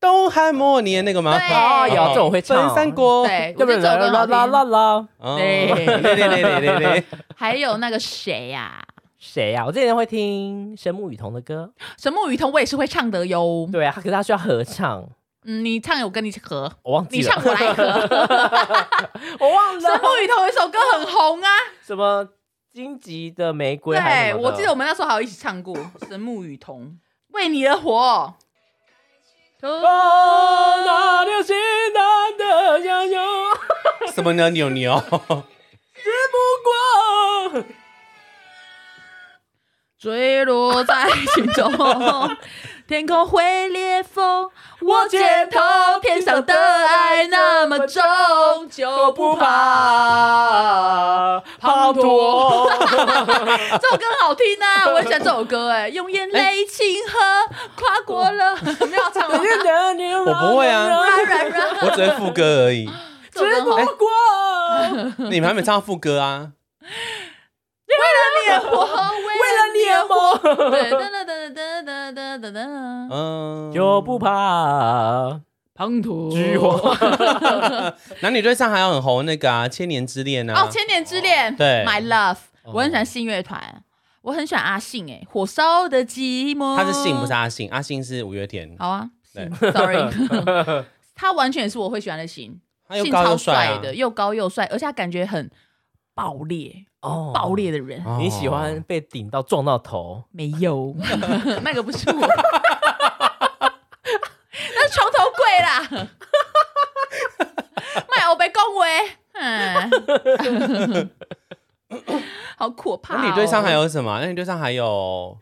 Speaker 1: 东汉末年那个吗？
Speaker 2: 对
Speaker 3: 哦，有这种会唱，
Speaker 1: 分三国，
Speaker 2: 对，我
Speaker 3: 哦要不
Speaker 2: 觉得
Speaker 3: 然
Speaker 2: 这首歌
Speaker 3: 啦
Speaker 2: 很
Speaker 3: 啦啦
Speaker 2: 好听。
Speaker 1: 哦
Speaker 3: 啦，
Speaker 2: 对
Speaker 1: 对对对对对对，
Speaker 2: 还有那个谁呀？
Speaker 3: 谁啊呀？我之前会听神木雨桐的歌，
Speaker 2: 神木雨桐，我也是会唱的哟。
Speaker 3: 对啊，可是他需要合唱，
Speaker 2: 嗯，你唱有跟你合，
Speaker 3: 我忘记
Speaker 2: 你
Speaker 3: 了
Speaker 2: 唱，我 来合。
Speaker 3: 我忘
Speaker 2: 神
Speaker 3: 了
Speaker 2: 木雨桐有一首歌很红啊，
Speaker 3: 什么荆棘的玫瑰还是什
Speaker 2: 对
Speaker 3: 么的，啊
Speaker 2: 我记得我们那时候还有一起唱 过《神木雨桐》，为你而活。
Speaker 3: 哦，那流星难得相拥，
Speaker 1: 对什么呢？牛牛，
Speaker 3: 不过
Speaker 2: 坠落在心中，天空会裂缝。我肩头天上的爱那么重，就不怕。
Speaker 3: 滂 沱。
Speaker 2: 这首歌很好听 啊，我很喜欢这首歌哎、用眼泪亲和，跨过了，
Speaker 1: 哦
Speaker 2: 没有 唱完。
Speaker 1: 我不会啊
Speaker 2: 软软软，
Speaker 1: 我只会副歌而已。
Speaker 2: 这首歌很好
Speaker 3: 过，
Speaker 1: 你们还没唱副歌啊？哎
Speaker 2: 灭火，为了灭 火。
Speaker 3: 啊我
Speaker 2: 对，噔噔噔噔噔噔噔噔，
Speaker 1: 嗯，
Speaker 3: 就不怕
Speaker 2: 滂沱
Speaker 3: 菊
Speaker 1: 哦
Speaker 3: 花。
Speaker 1: 男女对上还有很红那个啊，《千年之恋》啊。
Speaker 2: 哦，《千年之恋》
Speaker 1: 对
Speaker 2: ，My Love，
Speaker 3: 哦
Speaker 2: 我很喜欢信乐团，我很喜欢阿信哎，火烧的寂寞，
Speaker 1: 他是信不是？阿信，阿信是五月天，
Speaker 2: 好啊
Speaker 1: 对
Speaker 2: 信，Sorry，他完全也是我会喜欢的型，
Speaker 1: 他又
Speaker 2: 信
Speaker 1: 高
Speaker 2: 超
Speaker 1: 又帅啊
Speaker 2: 的，又高又帅，而且他感觉很爆裂，
Speaker 3: 哦
Speaker 2: 爆！裂的人
Speaker 1: 哦
Speaker 3: 你喜欢被顶到撞到头？
Speaker 2: 没 有， 那个不是我。那是床头柜啦， 卖欧北恭维，嗯，好可怕、哦。
Speaker 1: 那你对上还有什么？那你对上还有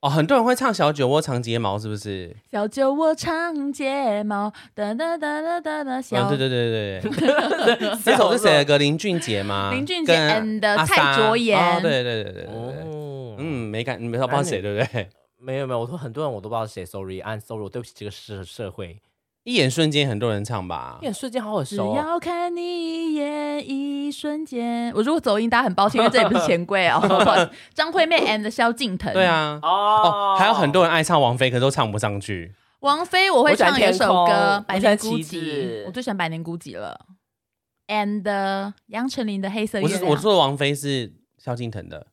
Speaker 1: 哦，很多人会唱小酒窝、长睫毛，是不是？
Speaker 2: 小酒窝长睫毛，哒哒哒哒哒哒，
Speaker 1: 嗯，
Speaker 2: 小、
Speaker 1: 对对对对 对。那首是谁的歌？林俊杰吗？
Speaker 2: 林俊杰
Speaker 1: 跟
Speaker 2: and
Speaker 1: 阿莎
Speaker 2: 蔡卓妍
Speaker 1: 哦对对对对对对对。
Speaker 3: 哦，嗯，
Speaker 1: 嗯，没感，你没不知道谁对不 对？
Speaker 3: 没有没有，我说很多人我都不知道是谁，sorry，I'm sorry，我对不起这个社社会。
Speaker 1: 一眼瞬间很多人唱吧
Speaker 3: 一。眼瞬间好耳
Speaker 2: 只
Speaker 3: 熟哦，
Speaker 2: 要看你一眼，一瞬间。我如果走音，大家很抱歉，因为这也不是钱 柜哦。不好意思张惠妹 and 萧敬腾，
Speaker 1: 对，啊。哦，还有很多人爱唱王菲，可是都唱不上去。
Speaker 2: 王菲我会
Speaker 3: 我喜欢
Speaker 2: 唱有一
Speaker 3: 天
Speaker 2: 首
Speaker 3: 空
Speaker 2: 歌《
Speaker 3: 我
Speaker 2: 百
Speaker 3: 喜欢
Speaker 2: 年孤
Speaker 3: 旗
Speaker 2: 寂》，
Speaker 3: 帜
Speaker 2: 我最喜欢《百年孤寂》了。and 杨丞琳的《黑色月
Speaker 1: 我
Speaker 2: 亮
Speaker 1: 是》，我说的王菲是萧敬腾的，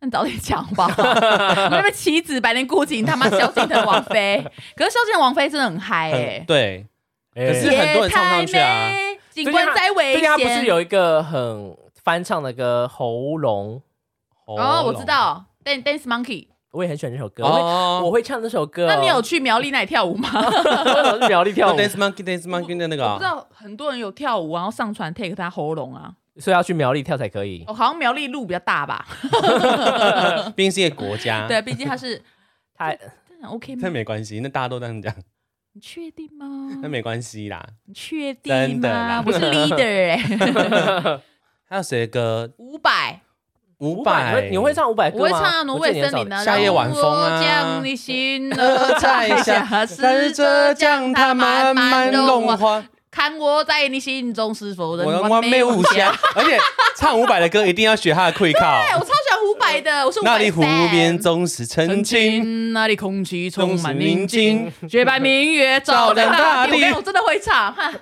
Speaker 2: 那你早点讲好不好？你那边棋子《百年孤寂》，你他妈萧敬腾王菲，可是萧敬腾王菲真的很嗨哎、
Speaker 1: 很对，可是
Speaker 3: 哎
Speaker 1: 很多人唱不上去啊
Speaker 2: 也太美。景观在危
Speaker 3: 最近他不是
Speaker 2: 险。
Speaker 3: 有一个很翻唱的歌《喉咙》，
Speaker 2: 哦，我知道，Dan Dance Monkey。
Speaker 3: 我也很喜欢这首歌，我会
Speaker 1: 哦，
Speaker 3: 我会唱这首歌哦。
Speaker 2: 那你有去苗栗那里跳舞吗？我
Speaker 3: 我 是苗栗
Speaker 1: 那
Speaker 3: 跳舞，
Speaker 1: Dance Monkey Dance Monkey 的那个
Speaker 2: 不知
Speaker 1: 啊，
Speaker 2: 道很多人有跳舞，然后上传 take 他喉咙啊。
Speaker 3: 所以要去苗栗跳才可以。
Speaker 2: 哦，好像苗栗路比较大吧？
Speaker 1: 毕竟是一个国家，
Speaker 2: 对，，毕竟他是
Speaker 3: 他
Speaker 2: 真的 OK
Speaker 1: 那
Speaker 2: 吗？
Speaker 1: 没关系，那大家都这样讲，
Speaker 2: 你确定吗
Speaker 1: 那？没关系啦。
Speaker 2: 你确定
Speaker 1: 真的
Speaker 2: 吗
Speaker 1: 啦？
Speaker 2: 我是 leader 哎，
Speaker 1: 还有谁的歌？
Speaker 2: 五百。
Speaker 1: 伍
Speaker 3: 伍
Speaker 1: 佰，
Speaker 3: 你会你会唱伍
Speaker 1: 哎
Speaker 3: 佰歌吗？
Speaker 2: 我会唱啊，挪威森林啊，
Speaker 1: 夏夜晚风啊
Speaker 2: 让我将你心儿摘
Speaker 1: 在
Speaker 2: 下，试
Speaker 1: 浙
Speaker 2: 着
Speaker 1: 江
Speaker 2: 将
Speaker 1: 它
Speaker 2: 它
Speaker 1: 慢
Speaker 2: 慢
Speaker 1: 慢
Speaker 2: 慢
Speaker 1: 融
Speaker 2: 融化，
Speaker 1: 化，
Speaker 2: 看我在你心中是否仍
Speaker 1: 我
Speaker 2: 完
Speaker 1: 完美
Speaker 2: 美
Speaker 1: 无
Speaker 2: 无
Speaker 1: 瑕
Speaker 2: 瑕。。
Speaker 1: 而且唱伍佰的歌一定要学他的 quick
Speaker 2: 哎，
Speaker 1: call。
Speaker 2: 我超喜欢伍佰的，我是伍佰
Speaker 1: 那里湖
Speaker 2: fan
Speaker 1: 边总是澄
Speaker 2: 曾
Speaker 1: 清，
Speaker 2: 经，那里空气
Speaker 1: 总
Speaker 2: 充
Speaker 1: 是
Speaker 2: 满
Speaker 1: 宁
Speaker 2: 宁静，
Speaker 1: 静。
Speaker 2: 雪白明月照亮大地。我跟哎你讲我真的会唱，哈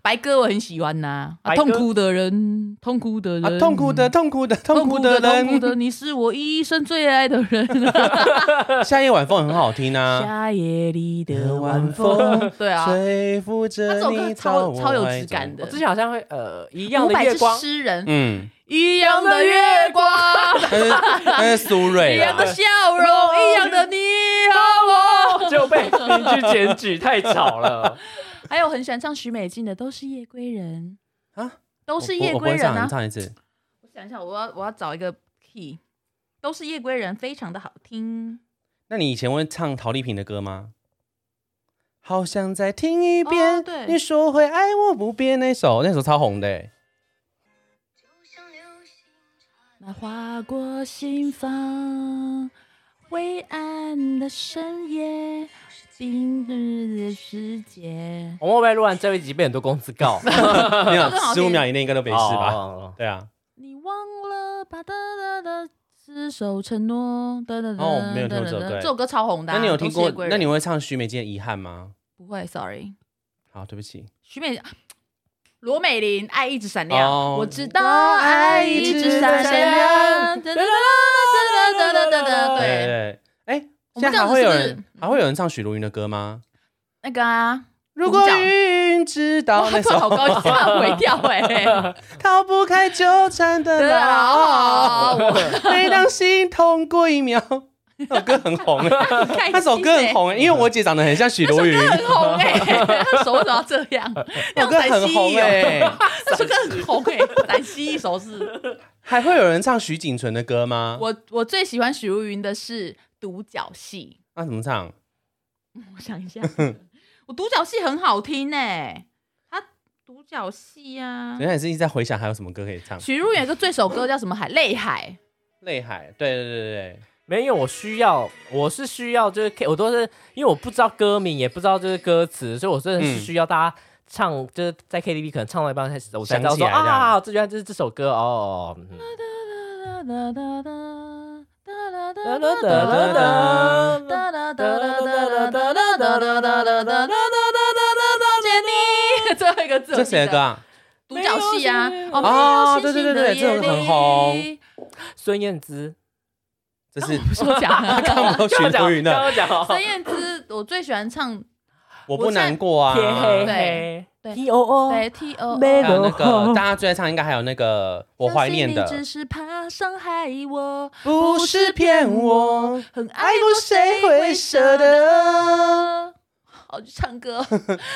Speaker 2: 白歌我很喜欢呐、啊
Speaker 3: 白歌
Speaker 2: 痛苦的人，痛苦的人，
Speaker 1: 啊，痛苦的，。痛苦的，痛
Speaker 2: 痛
Speaker 1: 苦
Speaker 2: 苦
Speaker 1: 的
Speaker 2: 的，嗯痛苦
Speaker 1: 人。
Speaker 2: 的，你是我一生最爱的 人。
Speaker 1: 夏夜晚风很好听 啊。
Speaker 2: 夏夜里的晚
Speaker 1: 风
Speaker 2: 风，对啊，
Speaker 1: 吹拂
Speaker 2: 他这
Speaker 1: 着
Speaker 2: 首
Speaker 1: 你
Speaker 2: 歌
Speaker 1: 到
Speaker 2: 超
Speaker 1: 我
Speaker 2: 超有
Speaker 1: 怀
Speaker 2: 质
Speaker 1: 中
Speaker 2: 感。的。
Speaker 3: 我之前好像会呃一样
Speaker 2: 伍
Speaker 3: 的
Speaker 2: 佰
Speaker 3: 月光
Speaker 2: 是，诗人，
Speaker 1: 嗯，
Speaker 2: 一样的月 光，
Speaker 1: 但是但是苏
Speaker 2: 一
Speaker 1: 芮啊
Speaker 2: 样的
Speaker 1: 啦，
Speaker 2: 笑容，一样的你和我。
Speaker 3: 就被邻居检举，太 吵了。
Speaker 2: 还有很喜欢唱许美静的《都是夜归人》
Speaker 1: 啊，
Speaker 2: 都是
Speaker 1: 我
Speaker 2: 夜
Speaker 1: 我不会
Speaker 2: 归人
Speaker 1: 唱
Speaker 2: 啊
Speaker 1: 你！唱一次。
Speaker 2: 我想一下，我要我要找一个 key，都是夜归人，非常的好听。
Speaker 1: 那你以前会唱陶丽萍的歌吗？好想再听一遍
Speaker 2: 哦，对
Speaker 1: 你说会爱我不变那首，那首超红的欸。
Speaker 2: 那划过心房，灰暗的深夜，冰日的世界。
Speaker 3: 我们会不会录完这一集被很多公司告？
Speaker 1: 没有
Speaker 2: 这个好
Speaker 1: 十
Speaker 2: 听
Speaker 1: 五秒以内应该都没事吧？
Speaker 3: 哦？
Speaker 1: 对啊，
Speaker 2: 你忘了吧？哒哒哒，厮守承诺，等等
Speaker 1: 哦没有听过这首对
Speaker 2: 这首歌超红的啊。
Speaker 1: 那你有听过
Speaker 2: 都是夜归？人
Speaker 1: 那你会唱许美静的《遗憾》吗？
Speaker 2: 不会？Sorry，
Speaker 1: 好，对不起，
Speaker 2: 徐美。 罗美玲，爱一直闪亮。
Speaker 1: 哦
Speaker 2: 我知道爱一直闪亮。哒哒哒哒哒哒哒哒
Speaker 1: 对
Speaker 2: 哒。对，
Speaker 1: 对，哎，
Speaker 2: 我
Speaker 1: 现在还
Speaker 2: 们这样子
Speaker 1: 会
Speaker 2: 是
Speaker 1: 有
Speaker 2: 不是
Speaker 1: 人还会有人唱许茹芸的歌吗？
Speaker 2: 那个啊，
Speaker 1: 如果
Speaker 2: 独角
Speaker 1: 云知道
Speaker 2: 哇，
Speaker 1: 哦那
Speaker 2: 突然好
Speaker 1: 首
Speaker 2: 高兴，突然回跳哎。
Speaker 1: 逃不开纠缠的
Speaker 2: 对啊，
Speaker 1: 牢，
Speaker 2: 我
Speaker 1: 每当心痛过一秒， 那首歌很红哎，
Speaker 2: 很开心。
Speaker 1: 那首歌很，红哎，因为我姐长得很像许茹芸，
Speaker 2: 很红哎。他手为什么要这样？
Speaker 1: 那首歌很红 哎。
Speaker 2: 那首歌很红哎，陕西一首是。
Speaker 1: 还会有人唱徐锦纯的歌吗？
Speaker 2: 我我最喜欢许茹芸的是独角戏，
Speaker 1: 那啊怎么唱？
Speaker 2: 我想一下，我独角戏很好听哎，他独角戏啊
Speaker 1: 人。家也是一直在回想还有什么歌可以唱。
Speaker 2: 许茹芸有个最首歌叫什么海？泪海。
Speaker 1: 泪海，对对对对
Speaker 3: 没有，我需要，我是需要，就是 K，我都是因为我不知道歌名，也不知道就是歌词，所以我真的是
Speaker 1: 嗯
Speaker 3: 需要大家唱，就是在 KTV 可能唱到一半开始，我才知道
Speaker 1: 想起
Speaker 3: 说
Speaker 1: 来这样
Speaker 3: 啊，这原来这是这首歌哦。嗯
Speaker 2: 哒哒哒
Speaker 3: 哒哒哒哒哒哒哒哒哒哒哒
Speaker 2: 哒哒哒哒
Speaker 3: 哒哒哒哒
Speaker 2: 杰尼，最后一个字，
Speaker 1: 对，这谁的歌？啊？
Speaker 2: 独角戏啊！
Speaker 1: 哦对对对对这种很红。
Speaker 3: 孙燕姿，
Speaker 1: 这是
Speaker 2: 不是我讲的，
Speaker 1: 干嘛都许茹 芸
Speaker 3: 刚
Speaker 1: 的？
Speaker 3: 刚讲哦，
Speaker 2: 孙燕姿，我最喜欢唱
Speaker 1: 我不难过啊。
Speaker 3: 天黑
Speaker 1: 还
Speaker 3: 黑，
Speaker 2: 对
Speaker 3: ，T O O，
Speaker 2: 对 T O，
Speaker 3: 没
Speaker 1: 有那个大家最爱唱，应该还有那个我怀念的，
Speaker 2: 只是怕伤害我，
Speaker 1: 不是骗我，
Speaker 2: 很爱过谁会舍得？好去唱歌，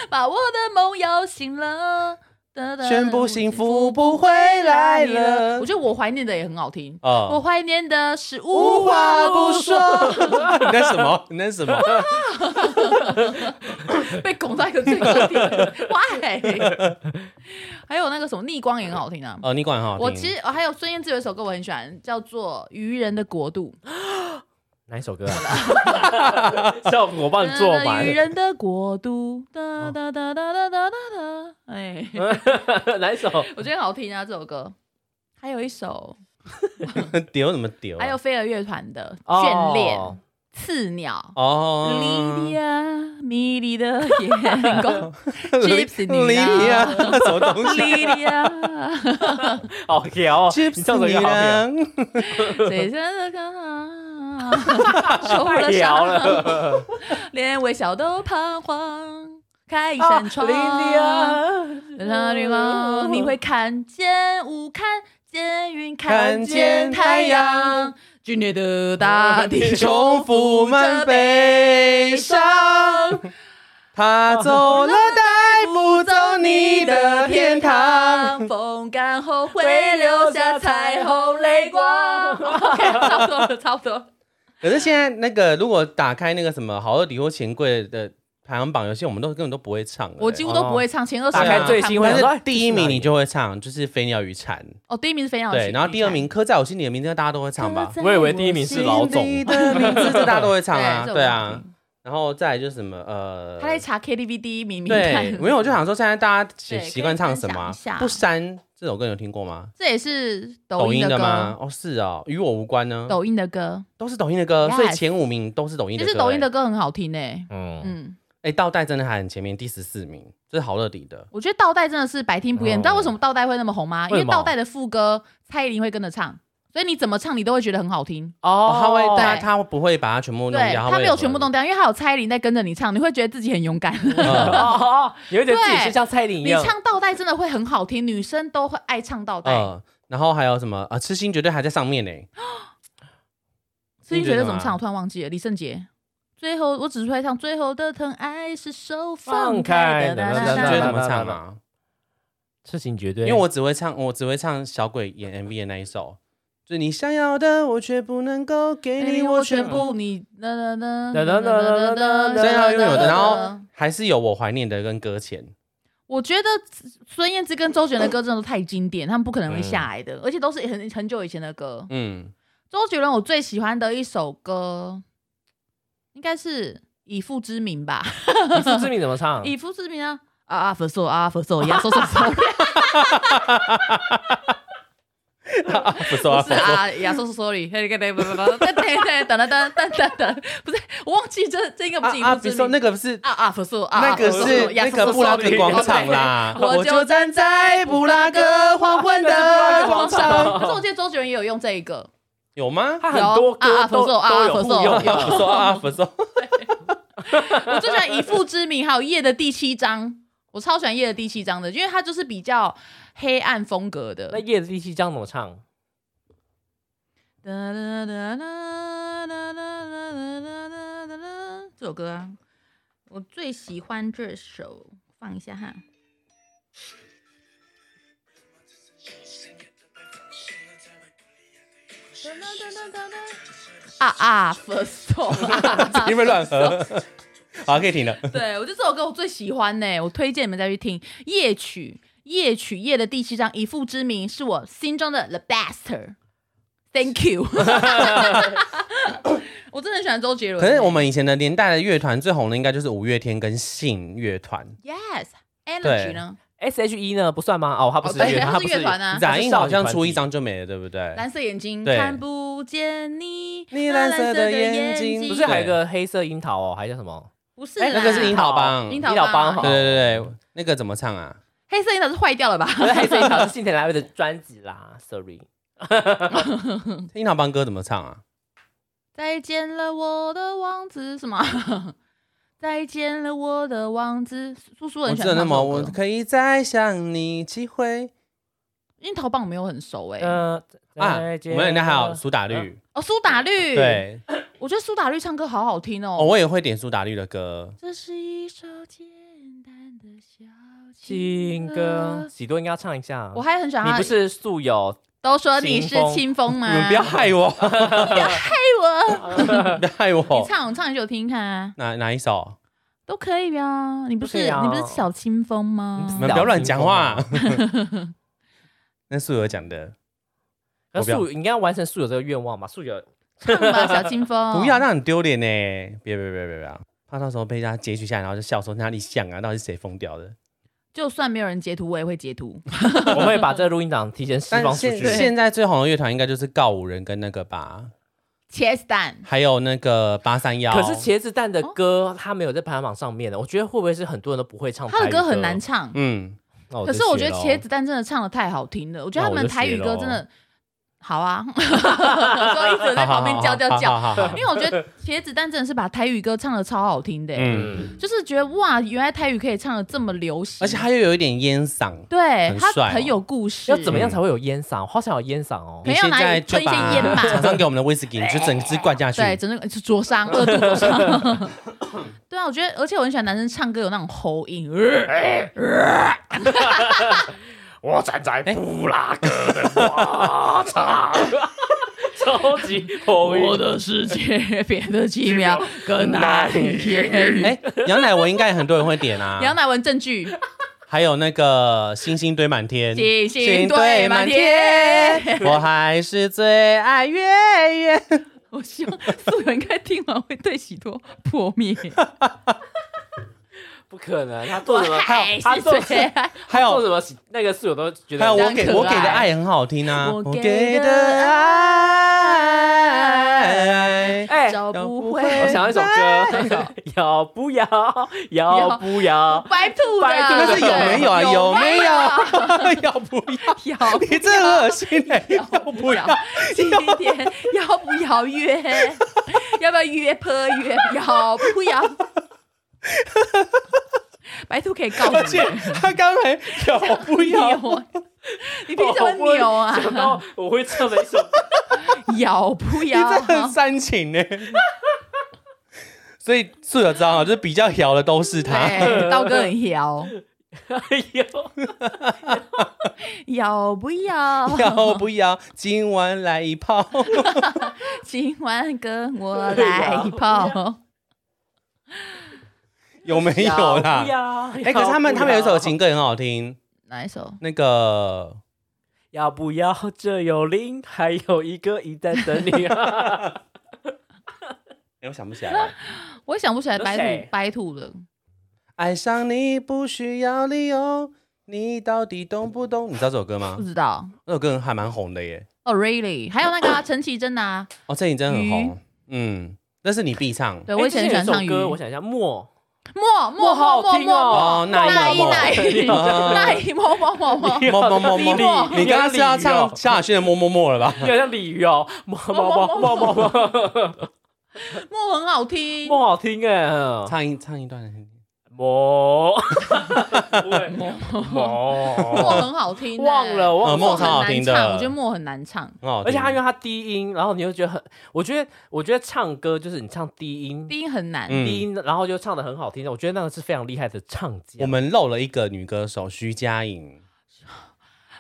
Speaker 2: 把我的梦摇醒了。哒哒
Speaker 1: 全部幸福不回来了
Speaker 2: 我。觉得我怀念的也很好听，我
Speaker 1: 哦，
Speaker 2: 怀念的是无
Speaker 1: 无
Speaker 2: 话
Speaker 1: 话
Speaker 2: 不
Speaker 1: 不
Speaker 2: 说
Speaker 1: 说。。 你那什么？你那什么？
Speaker 2: 被拱到一个最高点，哇！还有那个什么逆光也很好听啊。
Speaker 1: 哦，你管很好听。
Speaker 2: 我其实哦还有孙燕姿有一首歌我很喜欢，叫做《愚人的国度》。
Speaker 3: 哪一首歌啊？ 效果我帮你做
Speaker 2: 呃
Speaker 3: 完
Speaker 2: 愚，人的国度，哒哒哒哒哒哒哒哒。哎，
Speaker 3: 哪一首？
Speaker 2: 我觉得很好听啊，这首歌。还有一首，
Speaker 1: 丢怎么丢啊？
Speaker 2: 还有飞儿乐团的《
Speaker 3: 哦
Speaker 2: 眷恋》《刺鸟》。莉莉
Speaker 1: 哦，
Speaker 2: 亚，迷离的眼光，Gypsy 女
Speaker 1: 莉莉啊，
Speaker 2: 郎，
Speaker 1: 什么东 西？
Speaker 2: 莉莉啊亚，
Speaker 3: 好调哦，你唱首歌好调。
Speaker 1: 娘，
Speaker 2: 谁真的看啊？受
Speaker 3: 太
Speaker 2: 了
Speaker 3: 聊
Speaker 2: 伤，
Speaker 3: 了，
Speaker 2: 连微笑都彷徨。开一
Speaker 3: 啊
Speaker 2: 扇窗，那绿光，你会看见雾，看见云，看
Speaker 1: 看
Speaker 2: 见
Speaker 1: 见
Speaker 2: 太
Speaker 1: 太
Speaker 2: 阳
Speaker 1: 阳。
Speaker 2: 皲裂的大地
Speaker 1: 重复满悲伤。他走了，带不走你的天堂。，
Speaker 2: 风干后会留下彩虹泪光。OK，差不多了，差不多了。
Speaker 1: 可是现在那个，如果打开那个什么好乐迪或钱柜的排行榜，有些我们都根本都不会唱了。
Speaker 2: 我几乎都不会唱前二十
Speaker 1: 打
Speaker 2: 名，
Speaker 1: 开最
Speaker 3: 新
Speaker 1: 但
Speaker 3: 闻
Speaker 1: 是第一名你就会唱，就是《飞鸟与蝉》。
Speaker 2: 哦，第一名是飞鸟
Speaker 1: 对，然后第二名《刻在我心里的名字》，大家都会唱吧？
Speaker 3: 我以为第一名是老总
Speaker 1: 心里的名字，这大家都会唱啊，
Speaker 2: 对
Speaker 1: 对啊。。然后再来就是什么呃，
Speaker 2: 他在查 KTV 第一名名
Speaker 1: 对，
Speaker 2: 单，
Speaker 1: 没有，我就想说现在大家习
Speaker 2: 对
Speaker 1: 习惯唱什么
Speaker 2: 可以
Speaker 1: 啊
Speaker 2: 分享一下？
Speaker 1: 不删这首歌你有听过吗？
Speaker 2: 这也是抖
Speaker 1: 抖
Speaker 2: 音
Speaker 1: 音
Speaker 2: 的
Speaker 1: 的吗
Speaker 2: 歌，？
Speaker 1: 哦，是哦，与我无关呢，
Speaker 2: 抖音的歌，
Speaker 1: 都是抖音的歌，所以
Speaker 2: Yes
Speaker 1: 前五名都是抖音
Speaker 2: 其
Speaker 1: 的歌。
Speaker 2: 实抖音的
Speaker 1: 哎，
Speaker 2: 歌很好听诶。
Speaker 3: 嗯，
Speaker 2: 嗯，
Speaker 1: 哎，倒带真的还很前面，第十四名，这是好乐迪的。
Speaker 2: 我觉得倒带真的是百听不厌。
Speaker 3: 哦
Speaker 2: 你知道为什么倒带会那么红吗？
Speaker 3: 为
Speaker 2: 因为
Speaker 3: 什么
Speaker 2: 倒带的副歌蔡依林会跟着唱，所以你怎么唱你都会觉得很好听。
Speaker 1: 哦，他会，
Speaker 2: 对
Speaker 1: 他他不会把它全部弄
Speaker 2: 对，
Speaker 1: 掉，
Speaker 2: 他
Speaker 1: 会
Speaker 2: 没有全部弄掉，因为他有蔡依林在跟着你唱，你会觉得自己很勇敢。
Speaker 1: 嗯。
Speaker 3: 哦，你会觉得自己是像蔡依林一
Speaker 2: 你
Speaker 3: 样，
Speaker 2: 唱倒带真的会很好听，女生都会爱唱倒带。
Speaker 1: 嗯， 然后还有什么啊？痴心绝对还在上面呢。
Speaker 2: 所以你觉得怎么
Speaker 1: 你觉得
Speaker 2: 唱？
Speaker 1: 吗
Speaker 2: 我突然忘记了。李圣杰，最后我只会唱最后的疼爱是手
Speaker 3: 放开
Speaker 2: 开的
Speaker 3: 的
Speaker 1: 你
Speaker 2: 那
Speaker 1: 觉
Speaker 2: 那
Speaker 1: 得
Speaker 2: 那
Speaker 1: 怎么唱啊？
Speaker 3: 痴情绝对
Speaker 1: 因为我只会唱，我只会唱小鬼演 MV 的那一首，就是你想要的，我却不能够给
Speaker 2: 给
Speaker 1: 你
Speaker 2: 你我
Speaker 1: 我
Speaker 2: 全
Speaker 1: 全部。
Speaker 2: 部，你哒哒哒
Speaker 3: 哒哒哒哒哒
Speaker 1: 真要拥
Speaker 2: 啊
Speaker 1: 有的，
Speaker 3: 对
Speaker 1: 然后还是有我怀念的跟搁浅。
Speaker 2: 我觉得孙燕姿跟周杰伦的歌真的都太经典，他们不可能会下来的，而且都是很很久以前的歌。
Speaker 1: 嗯，
Speaker 2: 周杰伦我最喜欢的一首歌，应该是《以父之名》吧，
Speaker 3: 以父之名怎么唱
Speaker 2: 《以父之名》啊。啊啊佛手啊佛手呀，说说说，
Speaker 1: 不错
Speaker 2: 不
Speaker 1: 啊，
Speaker 2: 是啊，亚瑟说 sorry，对对对对对对对，等等等等等等，不是，我忘记这这应该不是一
Speaker 1: 啊，
Speaker 2: 部
Speaker 1: 比
Speaker 2: 之
Speaker 1: 如说
Speaker 2: 名
Speaker 1: 那个是
Speaker 2: 啊啊，不是啊，
Speaker 1: 那个
Speaker 2: 不
Speaker 1: 是
Speaker 2: 亚
Speaker 1: 那
Speaker 2: 瑟
Speaker 1: 个
Speaker 2: 说
Speaker 1: 布拉格
Speaker 2: sorry，
Speaker 1: 广场 啦，
Speaker 2: OK，我就
Speaker 1: 站在布拉格 黄昏
Speaker 3: 的广
Speaker 2: 可是我记得周杰伦也有用这一个，
Speaker 1: 有吗？
Speaker 3: 他很多
Speaker 2: 有啊
Speaker 3: 歌
Speaker 2: 啊
Speaker 3: 都
Speaker 2: 佛手啊
Speaker 3: 都有
Speaker 2: 佛手
Speaker 3: 互
Speaker 1: 有
Speaker 3: 用
Speaker 2: 有
Speaker 1: 不错啊，不错。
Speaker 2: 我最喜欢《以父之名》还有《夜的第七章》，我超喜欢《夜的第七章》的，因为它就是比较黑暗风格的
Speaker 3: 那。叶子第七章怎么唱？
Speaker 2: 这首歌啊，我最喜欢这首，放一下哈。啊啊，分手！
Speaker 1: 因为乱合。好，可以停了。
Speaker 2: 对，我觉得这首歌我最喜欢呢、我推荐你们再去听《夜曲》。夜曲夜的第七章《以父之名》是我心中的 the best。Thank you 。我真的很喜欢周杰伦。
Speaker 1: 可是我们以前的年代的乐团最红的应该就是五月天跟信乐团。
Speaker 2: Yes
Speaker 1: 对
Speaker 2: Energy 呢？
Speaker 3: S H E 呢不算吗？哦，他不是
Speaker 1: 哦对
Speaker 3: 乐
Speaker 1: 他
Speaker 3: 他
Speaker 2: 是
Speaker 3: 不
Speaker 2: 乐团啊
Speaker 1: 杂音好像出一张就没了，对不对？
Speaker 2: 蓝色眼睛
Speaker 1: 对
Speaker 2: 看不见你，
Speaker 1: 你
Speaker 2: 那
Speaker 1: 蓝色的眼睛
Speaker 3: 不
Speaker 1: 不
Speaker 3: 是
Speaker 1: 是
Speaker 3: 还
Speaker 1: 还
Speaker 3: 有
Speaker 1: 有
Speaker 3: 一
Speaker 1: 一
Speaker 3: 个
Speaker 1: 个
Speaker 3: 黑色樱桃哦，还叫什么？
Speaker 2: 不是啦，啊
Speaker 3: 哎
Speaker 1: 那个是樱桃帮，对
Speaker 2: 樱桃
Speaker 3: 樱桃帮哦
Speaker 2: 帮
Speaker 3: 好
Speaker 2: 好，
Speaker 1: 对对，那个怎么唱啊？
Speaker 2: 黑色樱桃是坏掉了吧？
Speaker 3: 不是黑色樱桃是幸田来未的专辑啦，Sorry。
Speaker 2: 嗯
Speaker 1: 樱桃帮歌怎么唱啊？
Speaker 2: 再见了，我的王子，什么？ 再见了，我的王子，叔叔
Speaker 1: 我
Speaker 2: 很喜
Speaker 1: 记
Speaker 2: 欢
Speaker 1: 得那
Speaker 2: 唱这
Speaker 1: 么，
Speaker 2: 首
Speaker 1: 我
Speaker 2: 歌
Speaker 1: 可以再想你几回
Speaker 2: 樱桃棒没有很熟哎、
Speaker 3: 呃
Speaker 1: 啊？我们人家还有苏打绿，
Speaker 2: 哦，苏打绿，，
Speaker 1: 对，
Speaker 2: 我觉得苏打绿唱歌好好听哦。
Speaker 1: 哦，我也会点苏打绿的歌。
Speaker 2: 这是一首简单的小
Speaker 3: 情
Speaker 2: 情
Speaker 3: 歌
Speaker 2: 歌，。
Speaker 3: 喜多应该要唱一下。
Speaker 2: 我还很喜欢
Speaker 3: 你
Speaker 2: 他
Speaker 3: 不是素有
Speaker 2: 都说你是清 风
Speaker 1: 你
Speaker 2: 吗？哎
Speaker 1: 们不 要害我，
Speaker 2: 害
Speaker 1: 不要害
Speaker 2: 我，你
Speaker 1: 我。
Speaker 2: 唱，我唱一首听听看啊，
Speaker 1: 哪哪一首？
Speaker 2: 都可以啊。你不
Speaker 3: 都可
Speaker 2: 是
Speaker 3: 以啊
Speaker 2: 你不是小清风
Speaker 3: 你
Speaker 2: 吗
Speaker 1: 你
Speaker 3: 不？
Speaker 1: 们不要乱讲 话。那素友讲的，
Speaker 3: 那
Speaker 1: 我不要
Speaker 3: 素，你应该要完成素有这个愿望嘛？素有
Speaker 2: 唱吧，小清风。
Speaker 1: 不要，那很丢脸呢！别别别别别，怕到时候被人家截取下来，然后就笑说哪里像啊，到底是谁疯掉的？
Speaker 2: 就算没有人截图，我也会截图。
Speaker 3: 我们会把这个录音档提前释
Speaker 1: 但
Speaker 3: 放出
Speaker 1: 现
Speaker 3: 去。
Speaker 1: 现在最红的乐团应该就是告五人跟那个吧，
Speaker 2: 茄子蛋，
Speaker 1: 还有那个八三幺。
Speaker 3: 可是茄子蛋的歌，他没有在排行榜上面的，我觉得会不会是很多人都不会唱？
Speaker 2: 他的歌很难，唱，
Speaker 1: 嗯，
Speaker 3: 那我
Speaker 2: 可
Speaker 3: 就是
Speaker 2: 我觉得
Speaker 3: 学咯
Speaker 2: 茄子蛋真的唱的太好听了。我觉得他们台语歌真
Speaker 3: 那我就
Speaker 2: 的好啊， 所以一直在旁边叫叫叫。
Speaker 1: 好好好 好好好
Speaker 2: 因为我觉得茄子蛋真的是把台语歌唱的超好听的、
Speaker 1: 嗯，
Speaker 2: 就是觉得哇，原来台语可以唱的这么流行，
Speaker 1: 而且他又有一点烟嗓。
Speaker 2: 对
Speaker 1: 很
Speaker 2: 他
Speaker 1: 帅哦
Speaker 2: 很有故事。
Speaker 3: 要怎么样才会有烟嗓？我好想有烟嗓哦！
Speaker 2: 没
Speaker 1: 你
Speaker 2: 有
Speaker 1: 现
Speaker 2: 哪里
Speaker 1: 在就
Speaker 2: 吞一些
Speaker 1: 把
Speaker 2: 烟嘛
Speaker 1: 厂商给我们的威士忌，你就整支灌下去。
Speaker 2: 对，整个是灼伤，二度灼伤。 对啊，我觉得，而且我很喜欢男生唱歌有那种喉音，
Speaker 1: 哎
Speaker 3: 我站在布拉格的广场，超级红
Speaker 2: 我的世界变得奇妙，更难以言喻。
Speaker 1: 哎，杨乃文应该很多人会点啊。
Speaker 2: 杨乃文证据，
Speaker 1: 还有那个星星堆满天，
Speaker 2: 星星堆满天，
Speaker 1: 我还是最爱月月。
Speaker 2: 我希望素媛应该听完会对喜多破 灭。
Speaker 3: 不可能，他
Speaker 2: 我
Speaker 3: 做什么？
Speaker 2: 还
Speaker 3: 他
Speaker 2: 是
Speaker 3: 做哎
Speaker 2: 最 爱
Speaker 1: 还
Speaker 3: 做
Speaker 1: 有
Speaker 3: 什么？那个室友都觉得
Speaker 1: 还有，我
Speaker 2: 这样
Speaker 1: 给
Speaker 2: 可爱
Speaker 1: 我给的爱很好听啊，
Speaker 2: 我给的
Speaker 1: 爱。
Speaker 3: 哎，
Speaker 2: 找不回
Speaker 3: 我想要一首歌，要不要？要不要？
Speaker 2: 白兔的，
Speaker 3: 白兔的
Speaker 1: 但是有没有啊？
Speaker 2: 对
Speaker 1: 有没有？ 要不 要？
Speaker 2: 有
Speaker 1: 你这很恶心哎！要不要？
Speaker 2: 今天要不要约？ 要不要约泼约？要不要？白兔可以告
Speaker 1: 而
Speaker 2: 你
Speaker 1: 且，他刚才有不要？
Speaker 2: 扭啊你凭什么扭啊？
Speaker 3: 想到我会唱的一首
Speaker 2: 要不
Speaker 1: 你这很
Speaker 2: 要？
Speaker 1: 煽情呢。所以素友知道啊，就是比较摇的都是他。
Speaker 2: 对，刀哎哥很摇，
Speaker 3: 歌，
Speaker 2: 要不要？
Speaker 1: 要不要今晚来一炮？
Speaker 2: 今晚跟我来一炮。
Speaker 1: 有没有啦？
Speaker 3: 哎
Speaker 1: 哎、可是他们他们有一首情歌也很好听，
Speaker 2: 哪一首？
Speaker 1: 那个
Speaker 3: 要不要？这有零，还有一个一在等你 啊！
Speaker 1: 哎、我想不起来了。
Speaker 2: 我也想不起来
Speaker 3: 那
Speaker 2: 白
Speaker 3: 谁
Speaker 2: 兔白兔的。
Speaker 1: 爱上你不需要理由，你到底懂不懂？你知道这首歌吗
Speaker 2: 不？知道
Speaker 1: 那首歌还蛮红的耶。
Speaker 2: 哦、r e a l l y 还有那个啊、陈绮贞啊，
Speaker 1: 哦，这你真的很红，嗯，那是你必唱。
Speaker 2: 对我以前喜欢唱
Speaker 3: 哎之前有一
Speaker 2: 鱼，
Speaker 3: 首歌，我想一下，莫
Speaker 2: 默默
Speaker 3: 好
Speaker 2: 默默
Speaker 3: 听
Speaker 2: 默
Speaker 1: 哦
Speaker 3: 哦，
Speaker 1: 那
Speaker 2: 那
Speaker 1: 一
Speaker 2: 一那一
Speaker 1: 哦
Speaker 2: 那一默默默
Speaker 1: 么
Speaker 2: 默，
Speaker 1: 么么么
Speaker 2: 莫
Speaker 1: 么，你刚刚是要唱萧亚轩的么么么了吧？
Speaker 3: 有点像鲤鱼哦，莫莫莫莫莫
Speaker 2: 默很好听，
Speaker 3: 莫好听哎，
Speaker 1: 唱一唱一段，
Speaker 3: 莫
Speaker 2: 默默
Speaker 3: 莫
Speaker 2: 很好听欸，
Speaker 3: 忘了
Speaker 1: 呃，
Speaker 3: 忘了，
Speaker 1: 梦超
Speaker 2: 默很
Speaker 1: 好
Speaker 2: 难
Speaker 1: 听
Speaker 2: 唱，
Speaker 1: 的，
Speaker 2: 我觉得默很难唱，
Speaker 1: 很好听，
Speaker 3: 而且他因为他低音，然后你会觉得很，我觉得我觉得唱歌就是你唱低音。
Speaker 2: 低音很难。
Speaker 1: 嗯
Speaker 3: 低音，然后就唱的很好听，我觉得那个是非常厉害的唱家。
Speaker 1: 我们漏了一个女歌手徐佳莹，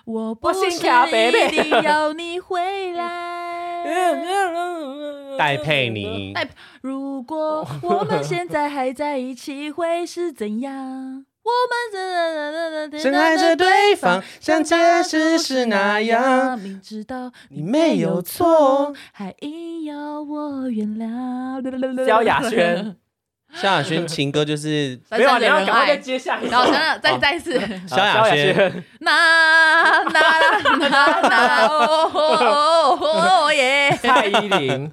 Speaker 2: 我不
Speaker 3: 我
Speaker 2: 是
Speaker 3: 先卡北
Speaker 2: 一
Speaker 3: 北
Speaker 2: 定要你回
Speaker 3: 嗯
Speaker 2: 来。
Speaker 1: 戴佩妮，
Speaker 2: 戴如果我们现在还在一起，会是怎样？我们这
Speaker 1: 深爱着对方，像解释是那样，，
Speaker 2: 明知道
Speaker 1: 你没有错。，
Speaker 2: 还硬要我原谅。
Speaker 3: 萧亚 轩，
Speaker 1: 萧亚轩情歌就是
Speaker 2: 三
Speaker 3: 没有啊，
Speaker 2: 三
Speaker 3: 你
Speaker 2: 人
Speaker 3: 要
Speaker 2: 人
Speaker 3: 赶快再
Speaker 2: 爱。
Speaker 3: 接下一首
Speaker 2: 然。后，然后再再一次，
Speaker 1: 萧亚轩，
Speaker 3: 轩，
Speaker 2: 那那那那哦哦哦哦耶！
Speaker 3: 蔡依林，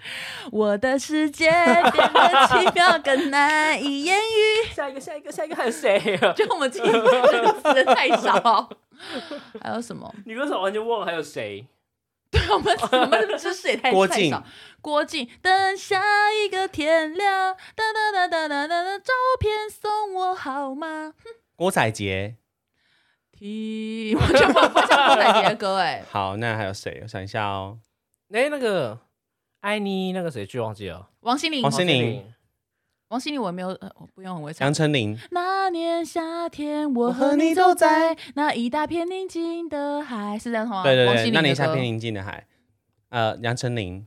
Speaker 2: 我的世界变得奇妙，更难以言喻。
Speaker 3: 下一个，下一个，下一个还有谁 啊？
Speaker 2: 就我们今天词太少， 还有什么？
Speaker 3: 女歌手完全忘了还有谁？
Speaker 2: 我 们我们知识也太
Speaker 1: 郭
Speaker 2: 太
Speaker 1: 靖
Speaker 2: 少。郭靖，等下一个天亮，哒哒哒哒哒哒哒，照片送我好吗？
Speaker 1: 郭采洁。
Speaker 2: 听，我就不不像郭采洁的歌 哎、
Speaker 1: 好，那还有谁？我想一下哦，
Speaker 3: 哎，那个艾妮，那个谁去忘记了？哦
Speaker 2: 王心凌，
Speaker 1: 王心凌
Speaker 2: 王心凌，我没有，呃我不用很会唱
Speaker 1: 杨。丞琳。
Speaker 2: 那年夏天，我
Speaker 1: 我和
Speaker 2: 和你
Speaker 1: 你
Speaker 2: 走
Speaker 1: 走在
Speaker 2: 在那一大片宁静的海，是这样吗？
Speaker 1: 对对
Speaker 2: 王
Speaker 1: 对，
Speaker 2: 心
Speaker 1: 那
Speaker 2: 凌
Speaker 1: 年
Speaker 2: 的
Speaker 1: 夏
Speaker 2: 歌
Speaker 1: 天。宁静的海，呃，杨丞琳。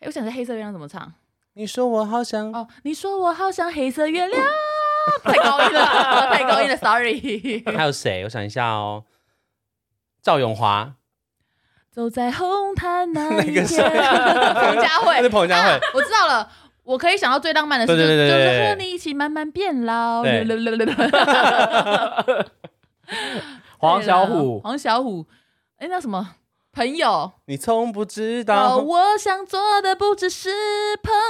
Speaker 2: 哎我想着黑色月亮怎么唱
Speaker 1: 你说我好想，
Speaker 2: 哦。你说我好像黑色月亮，太高音了，哦太高音了，sorry。
Speaker 1: 还有谁？我想一下哦，赵咏华，
Speaker 2: 走在红毯那一
Speaker 1: 那个
Speaker 2: 天，
Speaker 1: 是
Speaker 2: 彭佳慧，
Speaker 1: 那是彭佳慧
Speaker 2: 啊我知道了。我可以想到最浪漫的事，
Speaker 1: 对对对
Speaker 2: 就
Speaker 1: 对
Speaker 2: 就是
Speaker 1: 对
Speaker 2: 和你一起慢慢变老。
Speaker 1: 对
Speaker 3: 黄小
Speaker 2: 对啦
Speaker 3: 琥，
Speaker 2: 黄小琥，哎，那什么朋友？
Speaker 1: 你从不知
Speaker 2: 哦，
Speaker 1: 道。
Speaker 2: 我想做的不只是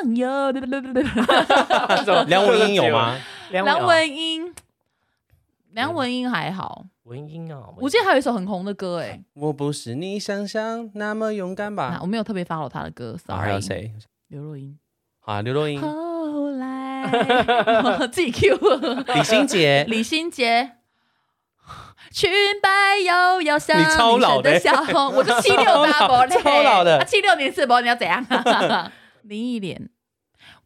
Speaker 2: 朋友。
Speaker 1: 梁文音有？吗？
Speaker 2: 梁
Speaker 3: 梁文
Speaker 2: 文音，梁文音还好，
Speaker 3: 文音啊，
Speaker 2: 我记得还有一首很红的歌哎、
Speaker 1: 我不是你想象那么勇敢
Speaker 2: 那
Speaker 1: 吧？
Speaker 2: 我没有特别 follow 他的歌
Speaker 1: 啊，
Speaker 2: ，sorry。
Speaker 1: 还有？谁？
Speaker 2: 刘若英。
Speaker 1: 啊，刘若英、
Speaker 2: 后 来我自己 Q
Speaker 1: 李心洁，
Speaker 2: 李心洁。裙摆摇摇像
Speaker 1: 你超老的
Speaker 2: 的笑，我是七六八伯嘞，啊
Speaker 1: 超老的
Speaker 2: 七六年次伯，你要 怎样？林忆莲，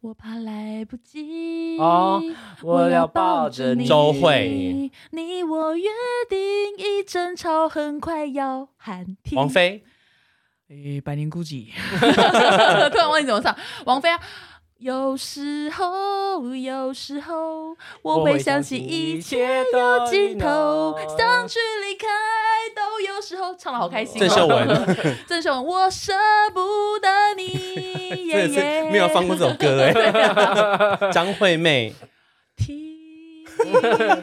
Speaker 2: 我怕来不及
Speaker 3: 哦我要抱着你
Speaker 1: 周慧，
Speaker 2: 你我约定一争吵很快要喊停。
Speaker 1: 王，菲，
Speaker 2: 诶，百年孤寂， 突然忘记怎么唱。王菲啊，有时候，有时候我会想起一切
Speaker 3: 切有
Speaker 2: 尽头，想去离开，都有时候唱的好开心、哦
Speaker 1: 郑秀，文，
Speaker 2: 郑秀文，我舍不得 你，耶
Speaker 1: 真的
Speaker 2: 耶，
Speaker 1: 是没有放过这首歌 哎。张惠妹，
Speaker 2: 听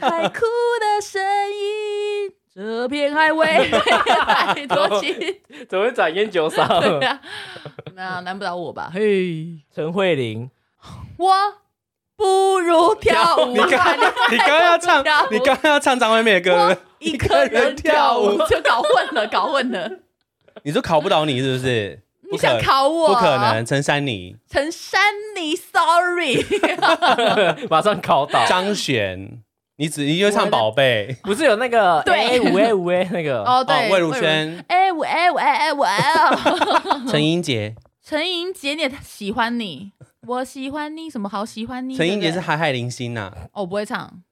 Speaker 2: 海哭的声音，这片海为 太 多情。
Speaker 3: 怎么会转烟酒嗓？
Speaker 2: 对啊，那难不倒我吧？嘿，
Speaker 3: 陈慧琳，
Speaker 2: 我不如跳舞
Speaker 1: 你刚
Speaker 2: 吧，
Speaker 1: 你刚刚要唱，你刚刚要唱张惠妹的歌对不对，
Speaker 2: 一个人跳舞就搞混了，搞混了。
Speaker 1: 你说考不倒你是不是？
Speaker 2: 你想考我？
Speaker 1: 不可能，。陈珊妮、
Speaker 2: 陈珊妮，sorry，
Speaker 3: 马上考倒。
Speaker 1: 张悬，你只你就唱宝贝
Speaker 3: 不是有那个
Speaker 2: 对
Speaker 3: A 五 A 五 A 那个
Speaker 2: 哦对，
Speaker 1: 魏如。萱、
Speaker 2: 哎我哎我哎哎我哎哦，
Speaker 1: 陈英杰，
Speaker 2: 陈莹姐，你也喜欢你，我喜欢你，什么好喜欢你？
Speaker 1: 陈英杰
Speaker 2: 对不
Speaker 1: 是
Speaker 2: 嗯对
Speaker 1: 海海零星呐。
Speaker 2: 哦，我不会唱，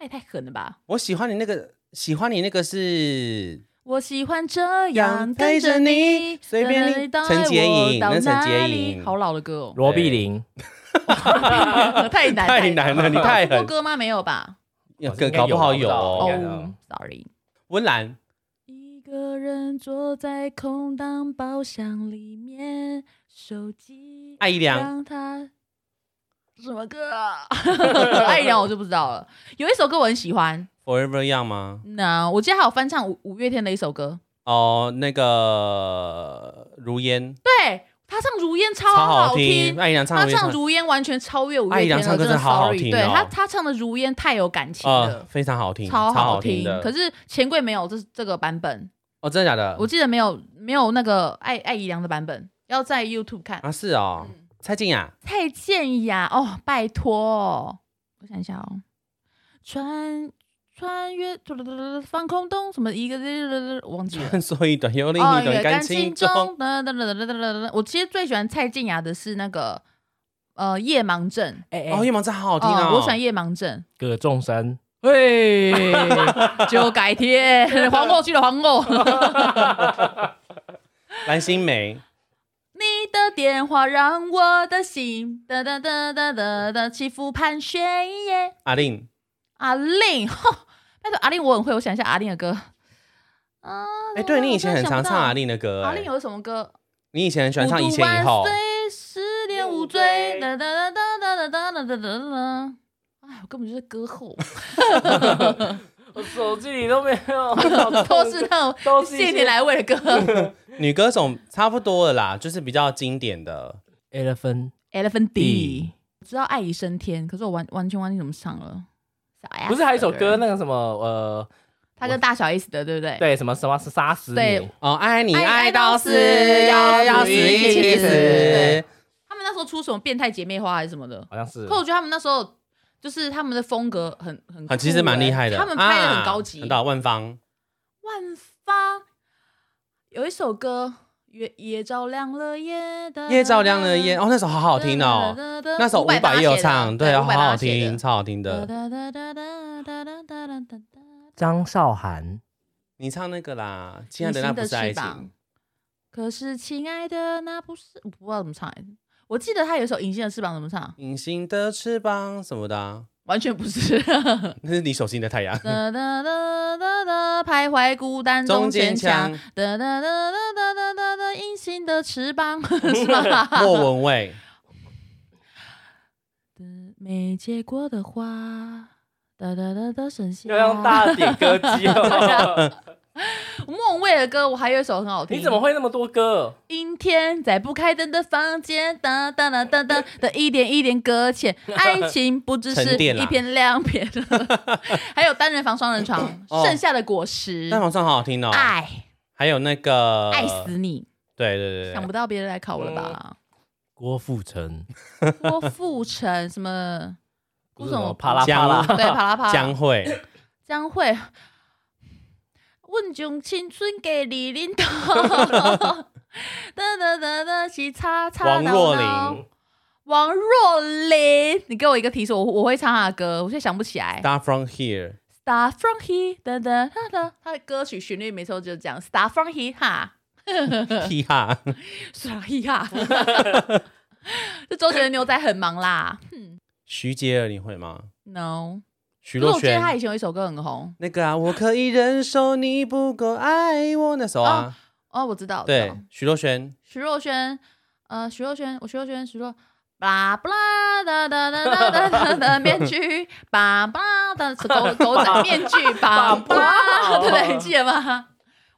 Speaker 2: 那也太狠了吧！
Speaker 1: 我喜欢你那个，喜欢你那个是
Speaker 2: 我喜欢这
Speaker 1: 样
Speaker 2: 样
Speaker 1: 陪
Speaker 2: 跟
Speaker 1: 着
Speaker 2: 着
Speaker 1: 你
Speaker 2: 你，
Speaker 1: 随便你
Speaker 2: 等待
Speaker 1: 陈洁仪
Speaker 2: 我到
Speaker 1: 那是陈洁
Speaker 2: 哪
Speaker 1: 仪
Speaker 2: 里好老 的歌
Speaker 3: 罗碧玲，
Speaker 2: 哦，太难
Speaker 1: 太难了，你太
Speaker 2: 播
Speaker 1: 狠，
Speaker 2: 歌吗？没有吧？
Speaker 1: 要
Speaker 3: 我应该
Speaker 1: 搞不好有
Speaker 3: 有吧
Speaker 2: 哦
Speaker 3: 我不
Speaker 1: 哦。
Speaker 3: 知道有
Speaker 2: ，sorry。
Speaker 1: 温岚，
Speaker 2: 一个人坐在空荡包厢里面，手机啊
Speaker 1: 艾怡良
Speaker 2: 让他什么歌啊？ 爱然我就不知道了。有一首歌我很喜欢，
Speaker 1: Forever Young 吗？
Speaker 2: 那我记得还有翻唱五五月天的一首歌，
Speaker 1: 哦，那个如烟，
Speaker 2: 对他唱《如烟》超
Speaker 1: 超好
Speaker 2: 好听。
Speaker 1: 艾怡良唱
Speaker 2: 他
Speaker 1: 如烟
Speaker 2: 唱《如烟》完全超越五
Speaker 1: 艾
Speaker 2: 月
Speaker 1: 怡良
Speaker 2: 天
Speaker 1: 唱
Speaker 2: 了，
Speaker 1: 歌
Speaker 2: 真的
Speaker 1: 真的好好
Speaker 2: sorry。
Speaker 1: 听
Speaker 2: 对
Speaker 1: 哦
Speaker 2: 他，他唱的《如烟》太有感情
Speaker 1: 呃
Speaker 2: 了，，
Speaker 1: 非常好听，
Speaker 2: 超
Speaker 1: 好
Speaker 2: 听。
Speaker 1: 的。
Speaker 2: 可是钱柜没有这这个版本，
Speaker 1: 哦，真的假的？
Speaker 2: 我记得没有没有那个艾艾怡良的版本，要在 YouTube 看。
Speaker 1: 啊是哦，
Speaker 2: 嗯
Speaker 1: 蔡健雅，
Speaker 2: 蔡健雅哦，拜托、哦，我想一下哦，穿穿越嘟嘟嘟嘟放空洞什么一个， 我忘记了。
Speaker 1: 穿梭一段又另
Speaker 2: 嗯哦，
Speaker 1: 一段，
Speaker 2: 感
Speaker 1: 情
Speaker 2: 中，哒哒哒哒哒哒哒哒我其实最喜欢蔡健雅的是那个呃夜盲症，
Speaker 3: 哎
Speaker 1: 哦，夜盲真好好听
Speaker 2: 哦
Speaker 1: 哦，
Speaker 2: 我喜欢夜盲症，
Speaker 3: 葛仲山，喂，
Speaker 2: 就改天 皇后去了皇后，
Speaker 1: 蓝心湄，
Speaker 2: 你的电话让我的心哒哒哒哒哒哒起伏盘旋耶。
Speaker 1: 阿令，
Speaker 2: 阿令， 吼拜托阿令，我很会，我想一下阿令的歌。啊，
Speaker 1: 哎，对你以前很常唱阿令
Speaker 2: 令，
Speaker 1: 的歌，
Speaker 2: 阿
Speaker 1: 哎
Speaker 2: 令有什么歌？
Speaker 1: 你以前很喜欢唱
Speaker 2: 孤
Speaker 1: 以
Speaker 2: 独
Speaker 1: 前以后
Speaker 2: 万，岁十年无罪，哒哒哒哒哒哒哒哒哒哒。哎，我根本就是 歌后，
Speaker 3: 我手机里都没有，都
Speaker 2: 都是那
Speaker 3: 都
Speaker 2: 种
Speaker 3: 是一些
Speaker 2: 谢天来未 的歌。
Speaker 1: 女歌手差不多了啦，就是比较经典的。
Speaker 3: elephant，
Speaker 2: Elephant D，我知道爱已升天，可是我完完全忘记怎么唱了。小 S
Speaker 3: 不是还有一首歌
Speaker 2: 呢？
Speaker 3: 那个什么呃，
Speaker 2: 他跟大小 S 的，对不对？
Speaker 3: 对什么什么杀死你
Speaker 2: 对，
Speaker 1: 哦，爱你
Speaker 2: 爱
Speaker 1: 爱
Speaker 2: 爱
Speaker 1: 到
Speaker 2: 到
Speaker 1: 死，
Speaker 2: 死
Speaker 1: 要要
Speaker 2: 要
Speaker 1: 死
Speaker 2: 死
Speaker 1: 一
Speaker 2: 一
Speaker 1: 起
Speaker 2: 起死
Speaker 1: 死
Speaker 2: 对。他们那时候出什么变态姐妹花还是什么的，
Speaker 3: 好像是
Speaker 2: 可我觉得他们那时候就是他们的风格很很
Speaker 1: 啊，
Speaker 2: 很
Speaker 1: 其实蛮厉害的，
Speaker 2: 他们拍的
Speaker 1: 啊
Speaker 2: 很高级。
Speaker 1: 很大万芳，
Speaker 2: 万芳有一首歌《月夜照亮了夜》的
Speaker 1: 夜照亮了夜，哦，那首好好听哦。那首伍佰也有唱，对，好好听，。超好听的。
Speaker 3: 张韶涵，
Speaker 1: 你唱那个啦，亲爱的，那不是爱情。。
Speaker 2: 可是，亲爱的，那不是我不知道怎么唱、欸。我记得他有一首《隐形的翅膀》怎么唱，
Speaker 1: 隐形的翅膀什么的啊，
Speaker 2: 完全不是。
Speaker 1: 那是你手心的太阳。
Speaker 2: 哒哒哒哒哒，徘徊孤单
Speaker 1: 中
Speaker 2: 中
Speaker 1: 间
Speaker 2: 坚强
Speaker 1: 枪。
Speaker 2: 哒哒哒哒哒哒哒哒，隐形的翅膀 是吧？
Speaker 1: 莫文 蔚，
Speaker 2: 没结果的花，哒哒哒哒剩下。
Speaker 3: 要用大的点歌机
Speaker 2: 啊
Speaker 3: 哦，
Speaker 2: 莫文蔚的歌，我还有一首很好 听。
Speaker 3: 你怎么？会那么多歌？
Speaker 2: 阴天在不开灯的房间，哒哒哒哒哒的一点一点搁浅，爱情不只
Speaker 1: 沉
Speaker 2: 是
Speaker 1: 淀啦
Speaker 2: 一片两片。还有单人房、双人床，
Speaker 1: 哦
Speaker 2: 剩下的果实
Speaker 1: 那，首唱好好听哦。
Speaker 2: 爱
Speaker 1: 还有那个
Speaker 2: 爱死你。
Speaker 1: 对呃对对
Speaker 2: 想不
Speaker 1: 对，
Speaker 2: 到别人来考我了吧？
Speaker 3: 郭富城，
Speaker 2: 郭富城什么？
Speaker 3: 不
Speaker 2: 郭
Speaker 3: 是
Speaker 2: 什
Speaker 3: 什么
Speaker 2: 么
Speaker 3: 啪啦啪
Speaker 1: 江
Speaker 3: 啦，
Speaker 2: 对，啪啦啪啦。
Speaker 1: 江 蕙，
Speaker 2: 将会。阮将青春给你领导， 哒哒哒哒是叉叉
Speaker 1: 王
Speaker 2: 闹
Speaker 1: 若
Speaker 2: 闹
Speaker 1: 琳，
Speaker 2: 王若琳，你给我一个提示，我我会唱她的歌，我现在想不起来。
Speaker 1: Star from Here，
Speaker 2: Star from here，哒哒哒哒，她的歌曲旋律没错，就是这样。Star from here，哈，嗯
Speaker 1: 嘻哈，
Speaker 2: 傻嘻哈。 这周杰伦牛仔很忙啦。
Speaker 1: 徐杰尔你会吗？
Speaker 2: No，
Speaker 1: 徐
Speaker 2: 可是
Speaker 1: 若
Speaker 2: 我记得
Speaker 1: 瑄
Speaker 2: 他以前有一首歌很红
Speaker 1: 那个啊，我可以忍受你不够爱我那首啊，
Speaker 2: 哦，我知道，我知
Speaker 1: 对
Speaker 2: 道，
Speaker 1: 徐若瑄，
Speaker 2: 徐若瑄，呃，徐若瑄，我徐若瑄，徐若，巴拉巴拉哒哒哒哒哒哒哒，面具，巴拉巴拉哒， 狗狗仔面具，巴拉巴拉，对不
Speaker 1: 哦
Speaker 2: 对？你记得吗？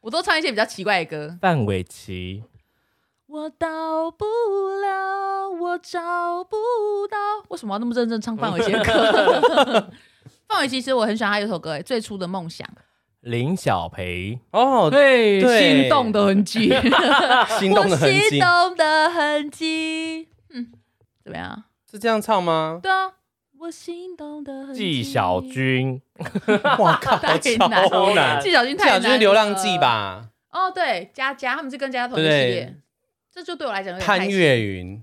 Speaker 2: 我都唱一些比较奇怪的歌。
Speaker 3: 范玮琪，
Speaker 2: 我到不了，我找不到。为什么要那么认真唱范玮琪的歌？ 范玮琪其实我很喜欢他有一首歌，欸诶《最初的梦想》，
Speaker 3: 林小培，
Speaker 1: 哦，
Speaker 3: 对
Speaker 1: 对
Speaker 2: 心动的痕迹。
Speaker 1: 心动的痕
Speaker 2: 我
Speaker 1: 迹
Speaker 2: 心动的痕迹。嗯，怎么样？
Speaker 1: 是这样唱吗？
Speaker 2: 对啊，我心动的痕迹。
Speaker 3: 嗯纪晓，君，
Speaker 1: 哇靠，
Speaker 2: 太
Speaker 1: 超
Speaker 2: 难
Speaker 3: 了
Speaker 1: 难！
Speaker 2: 纪晓君
Speaker 1: 纪
Speaker 2: 太
Speaker 1: 晓
Speaker 2: 难
Speaker 1: 君是《流浪记》
Speaker 2: 了？
Speaker 1: 吧？
Speaker 2: 哦，对，佳佳他们是跟佳佳同一个系
Speaker 1: 对
Speaker 2: 列，这就对我来讲有点太
Speaker 1: 潘越云，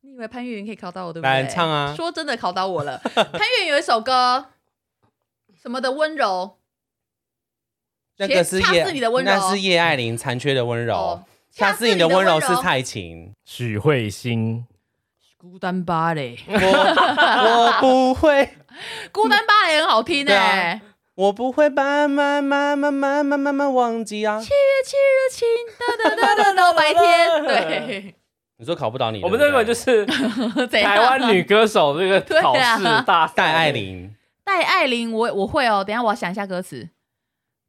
Speaker 2: 你以为潘越云可以考到我对不对？
Speaker 1: 来唱啊
Speaker 2: 说真的，考到我了。 潘越云有一首歌，什么的温柔，
Speaker 1: 那个是叶
Speaker 2: 恰似你的，温柔
Speaker 1: 那是叶爱玲残缺的温柔
Speaker 2: 哦。
Speaker 1: 恰似你的温柔
Speaker 2: 柔
Speaker 1: 是蔡琴，
Speaker 3: 许慧欣，
Speaker 2: 孤单芭蕾，
Speaker 1: 我我不会，
Speaker 2: 孤单芭蕾很好听
Speaker 1: 对
Speaker 2: 哎、
Speaker 1: 啊我不会慢慢慢慢慢慢慢慢忘记啊！
Speaker 2: 七月七日晴，哒哒哒哒到白天，对。
Speaker 1: 你说考不倒
Speaker 3: 嗯
Speaker 1: 你，
Speaker 4: 我们
Speaker 1: 对
Speaker 4: 这
Speaker 1: 不对
Speaker 4: 个就是
Speaker 2: 怎样
Speaker 4: 台湾女歌手这个
Speaker 2: 对啊
Speaker 4: 考试大
Speaker 2: 啊
Speaker 4: 赛
Speaker 1: 戴爱，玲，
Speaker 2: 戴爱玲，我我会哦，等一下我要想一下歌词。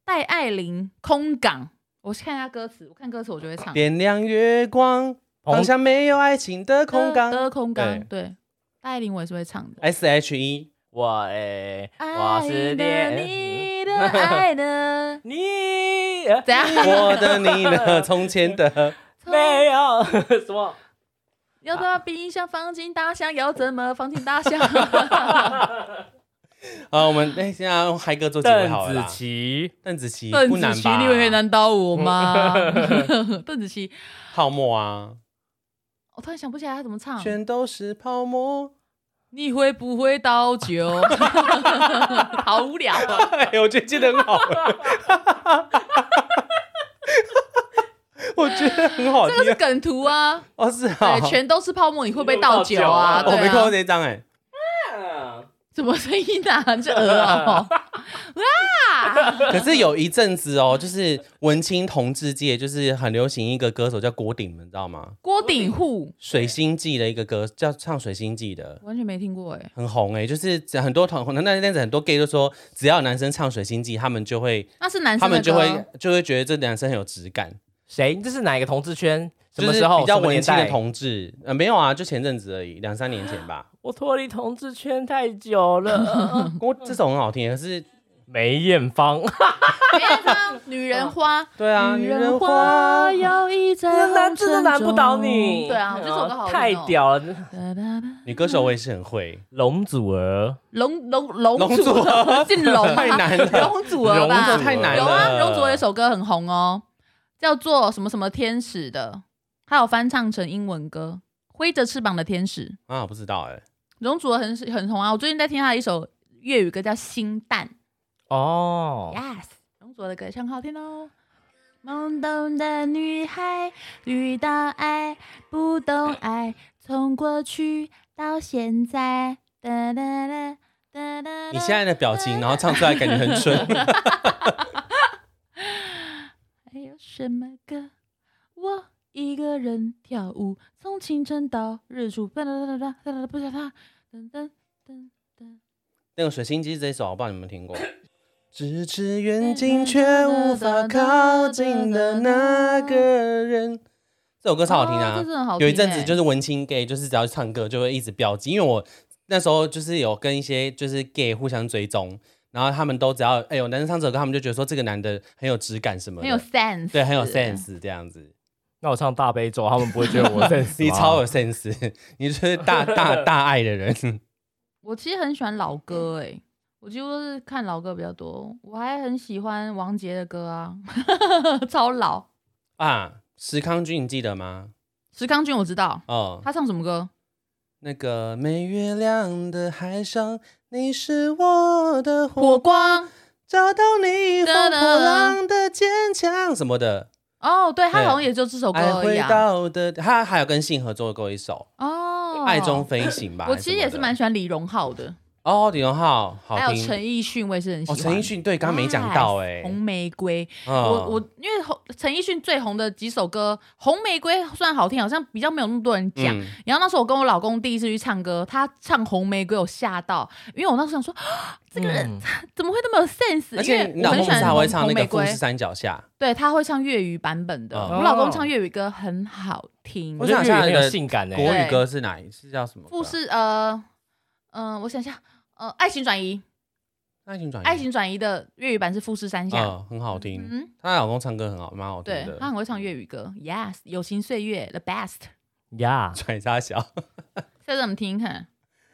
Speaker 2: 戴爱玲空港，我去看一下歌词，我看歌词我就会唱。
Speaker 1: 点亮月光，
Speaker 3: 彭，
Speaker 1: 好像没有爱情的空
Speaker 2: 的
Speaker 1: 港
Speaker 2: 空港，对，戴爱玲我也是会唱的。
Speaker 1: ，S H E，
Speaker 4: 我哎，我
Speaker 2: 爱
Speaker 4: 是
Speaker 2: 的
Speaker 4: 恋，
Speaker 2: 你的爱的
Speaker 3: 你呃
Speaker 2: 怎样？
Speaker 1: 我的你的，从前的，
Speaker 2: 从
Speaker 3: 没有 什么？
Speaker 2: 要不要冰箱放进大象？要怎么放 进大象？
Speaker 1: 呃，我们哎，现在用嗨歌做结尾好了
Speaker 4: 邓
Speaker 1: 啦
Speaker 4: 紫。棋，
Speaker 1: 邓紫棋
Speaker 2: 邓
Speaker 1: 不
Speaker 2: 紫
Speaker 1: 难
Speaker 2: 棋，
Speaker 1: 吧？
Speaker 2: 你以为难倒 我吗？邓紫棋，
Speaker 1: 泡沫啊，
Speaker 2: 我突然想不起来她怎么唱。
Speaker 1: 全都是泡沫。
Speaker 2: 你会不会倒酒？ 好无聊啊！
Speaker 1: 哎，我觉得记得很好，我觉得很好
Speaker 2: 这个
Speaker 1: 听
Speaker 2: 是。梗图啊，
Speaker 1: 哦，是啊，
Speaker 2: 对，全都是泡沫，你会不会倒酒啊？
Speaker 4: 你
Speaker 1: 我
Speaker 2: 对
Speaker 1: 哦没看过
Speaker 2: 啊，
Speaker 1: 这张哎。
Speaker 2: 什么声音啊？这鹅 哦，哇！
Speaker 1: 可是有一阵子哦，就是文青同志界，就是很流行一个歌手叫郭顶，你们知道吗？
Speaker 2: 郭顶户
Speaker 1: 水星记的一个歌，叫唱水星记的。
Speaker 2: 完全没听过哎，
Speaker 1: 很红哎、就是很多同那那阵子很多 gay 都说，只要有男生唱《水星记》，他们就会
Speaker 2: 那是男
Speaker 1: 他
Speaker 2: 生的
Speaker 1: 们
Speaker 2: 歌，啊
Speaker 1: 就会就会觉得这男生很有质感，
Speaker 3: 谁？这是哪一个同志圈？什
Speaker 1: 就
Speaker 3: 么
Speaker 1: 是
Speaker 3: 时候？
Speaker 1: 比较
Speaker 3: 什么
Speaker 1: 文
Speaker 3: 年
Speaker 1: 青的
Speaker 3: 代？
Speaker 1: 同志，呃，没有啊，就前阵子而已，两三年前 吧。
Speaker 3: 我脱离同志圈太久了。
Speaker 1: 我这首很好听，可是
Speaker 3: 梅艳 芳，
Speaker 2: 没有 啊唱《女人花》。
Speaker 1: 对啊，
Speaker 2: 女
Speaker 1: 女
Speaker 2: 人
Speaker 1: 人
Speaker 2: 花
Speaker 1: 花，
Speaker 2: 摇曳在
Speaker 3: 真的
Speaker 2: 红
Speaker 3: 真的
Speaker 2: 尘
Speaker 3: 难不倒
Speaker 2: 中
Speaker 3: 你。
Speaker 2: 对啊，这首歌好听哦
Speaker 3: 太。屌了。
Speaker 2: 哒哒哒
Speaker 1: 女歌手我也是很会，
Speaker 3: 龙祖儿，
Speaker 2: 龙龙龙
Speaker 1: 龙
Speaker 2: 祖
Speaker 1: 祖
Speaker 2: 儿 姓龙啊，
Speaker 1: 太难了
Speaker 2: 龙祖儿吧，
Speaker 1: 龙祖太难
Speaker 2: 有啊，
Speaker 1: 了
Speaker 2: 容祖儿有首歌很红哦，叫做什么什么天使的，还有翻唱成英文歌《挥着翅膀的天使》。
Speaker 1: 啊，我不知道哎、
Speaker 2: 容祖儿很很红啊，我最近在听她的一首粤语歌叫《星蛋》
Speaker 3: 哦，
Speaker 2: ，Yes，容祖儿的歌也是很好听哦。懵懂的女孩遇到爱，不懂爱，从过去到现在，哒哒哒哒哒。
Speaker 1: 你现在的表情，然后唱出来感觉很 蠢，
Speaker 2: 还哎有什么歌？我一个人跳舞，从清晨到日出。哒哒哒哒哒哒，不晓得。噔噔噔噔。
Speaker 1: 那个《水星记》这首，我不知道你们有没有听过。咫尺远近却无法靠近的那个人，这首歌超好听的啊！
Speaker 2: 哦这真的好听欸
Speaker 1: 有一阵子就是文青 gay，就是只要唱歌就会一直标记，因为我那时候就是有跟一些就是 gay 互相追踪，然后他们都只要哎有男生唱这首歌，他们就觉得说这个男的很有质感什么的，
Speaker 2: 很有 sense，
Speaker 1: 对，很有。sense 这样子。
Speaker 3: 那我唱大悲咒，他们不会觉得我 在
Speaker 1: 你超有 sense，你就是大 大大爱的人。
Speaker 2: 我其实很喜欢老歌诶、我几乎都是看老歌比较多。我还很喜欢王杰的歌啊， 超老。
Speaker 1: 啊，石康君你记得吗？
Speaker 2: 石康君我知道，
Speaker 1: 哦，
Speaker 2: 他唱什么歌？
Speaker 1: 那个没月亮的海上，你是我的
Speaker 2: 火
Speaker 1: 火，
Speaker 2: 光。
Speaker 1: 找到你
Speaker 2: 哒
Speaker 1: 风
Speaker 2: 哒
Speaker 1: 破浪的坚强什么的，
Speaker 2: 哦，对他
Speaker 1: 对啊
Speaker 2: 好像也就这首歌
Speaker 1: 爱
Speaker 2: 而已
Speaker 1: 会
Speaker 2: 啊。
Speaker 1: 到的。他还有跟信合作过一首
Speaker 2: 哦
Speaker 1: 《爱中飞行》吧？
Speaker 2: 我其实也是蛮喜欢李荣浩
Speaker 1: 还是
Speaker 2: 的，
Speaker 1: 什么的哦，李荣浩好
Speaker 2: 还有陈
Speaker 1: 听
Speaker 2: 奕迅，我也是很喜
Speaker 1: 哦，
Speaker 2: 欢。
Speaker 1: 陈奕迅对，刚刚没讲到
Speaker 2: Yes，
Speaker 1: 哎，
Speaker 2: 红玫瑰，
Speaker 1: 嗯
Speaker 2: 我我因为红陈奕迅最红的几首歌，《红玫瑰》虽然好听，好像比较没有那么多人讲。
Speaker 1: 嗯
Speaker 2: 然后那时候我跟我老公第一次去唱歌，他唱《红玫瑰》，我吓到，因为我那时候想说，啊这个
Speaker 4: 嗯
Speaker 2: 人、怎么会那么有 sense？
Speaker 1: 嗯而
Speaker 2: 因
Speaker 1: 且
Speaker 2: 为
Speaker 1: 你
Speaker 2: 我
Speaker 1: 老
Speaker 2: 很
Speaker 1: 公
Speaker 2: 喜
Speaker 1: 不是还
Speaker 2: 欢
Speaker 1: 会
Speaker 2: 红
Speaker 1: 唱
Speaker 2: 红
Speaker 1: 那
Speaker 2: 玫
Speaker 1: 个《富
Speaker 2: 瑰
Speaker 1: 士》，山脚下》？
Speaker 2: 对他会唱粤语版本的。
Speaker 1: 哦
Speaker 2: 我老公唱粤语歌很好听，
Speaker 1: 我
Speaker 3: 我
Speaker 1: 想
Speaker 3: 想
Speaker 1: 下
Speaker 3: 下
Speaker 1: 来
Speaker 3: 很
Speaker 1: 的
Speaker 3: 有性
Speaker 4: 欸
Speaker 3: 感的。
Speaker 1: 国
Speaker 2: 对
Speaker 1: 语歌是哪一？是叫什么歌啊？
Speaker 2: 富士呃嗯、呃我想一下，呃，《爱情转移》，《
Speaker 1: 爱情转移，
Speaker 2: 爱情转移》的粤语版是《富士山下》。
Speaker 1: 嗯，很好听。
Speaker 2: 嗯，
Speaker 1: 她老公唱歌很好，蛮好听
Speaker 2: 对
Speaker 1: 的。
Speaker 2: 他 很会唱粤语歌，Yes，友情岁月 The Best，
Speaker 3: 呀，
Speaker 1: 转差小，
Speaker 2: 下次我们听听看，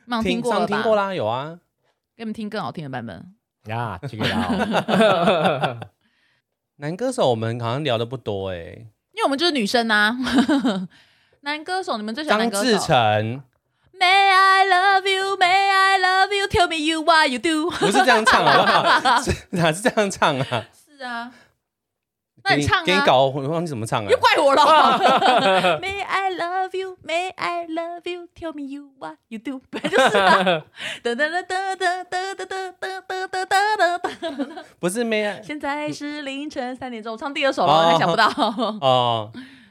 Speaker 2: 那我们听
Speaker 1: 听
Speaker 2: 过了
Speaker 1: 上
Speaker 2: 吧？
Speaker 1: 听过啦，有啊。
Speaker 2: 给你们听更好听的版本。
Speaker 3: 呀，这个 呀，
Speaker 1: 男歌手我们好像聊的不多哎、
Speaker 2: 因为我们就是女生啊。男歌手，你们最喜欢
Speaker 1: 张
Speaker 2: 男歌
Speaker 1: 志
Speaker 2: 手
Speaker 1: 成
Speaker 2: ？May I love you, May I love you, tell me you what you do 。
Speaker 1: 不是这样唱好不 好？是哪是这样唱啊？
Speaker 2: 是啊，那你
Speaker 1: 给
Speaker 2: 唱啊
Speaker 1: 给你搞混，忘记怎么唱啊
Speaker 2: 又？怪我了。May I love you, May I love you, tell me you what you do。本来就是啊。哒哒哒哒哒哒哒哒哒哒哒哒。
Speaker 1: 不是没
Speaker 2: 现在是凌晨三点钟，我唱第二首了，
Speaker 1: 哦
Speaker 2: 还想不到。
Speaker 1: 哦，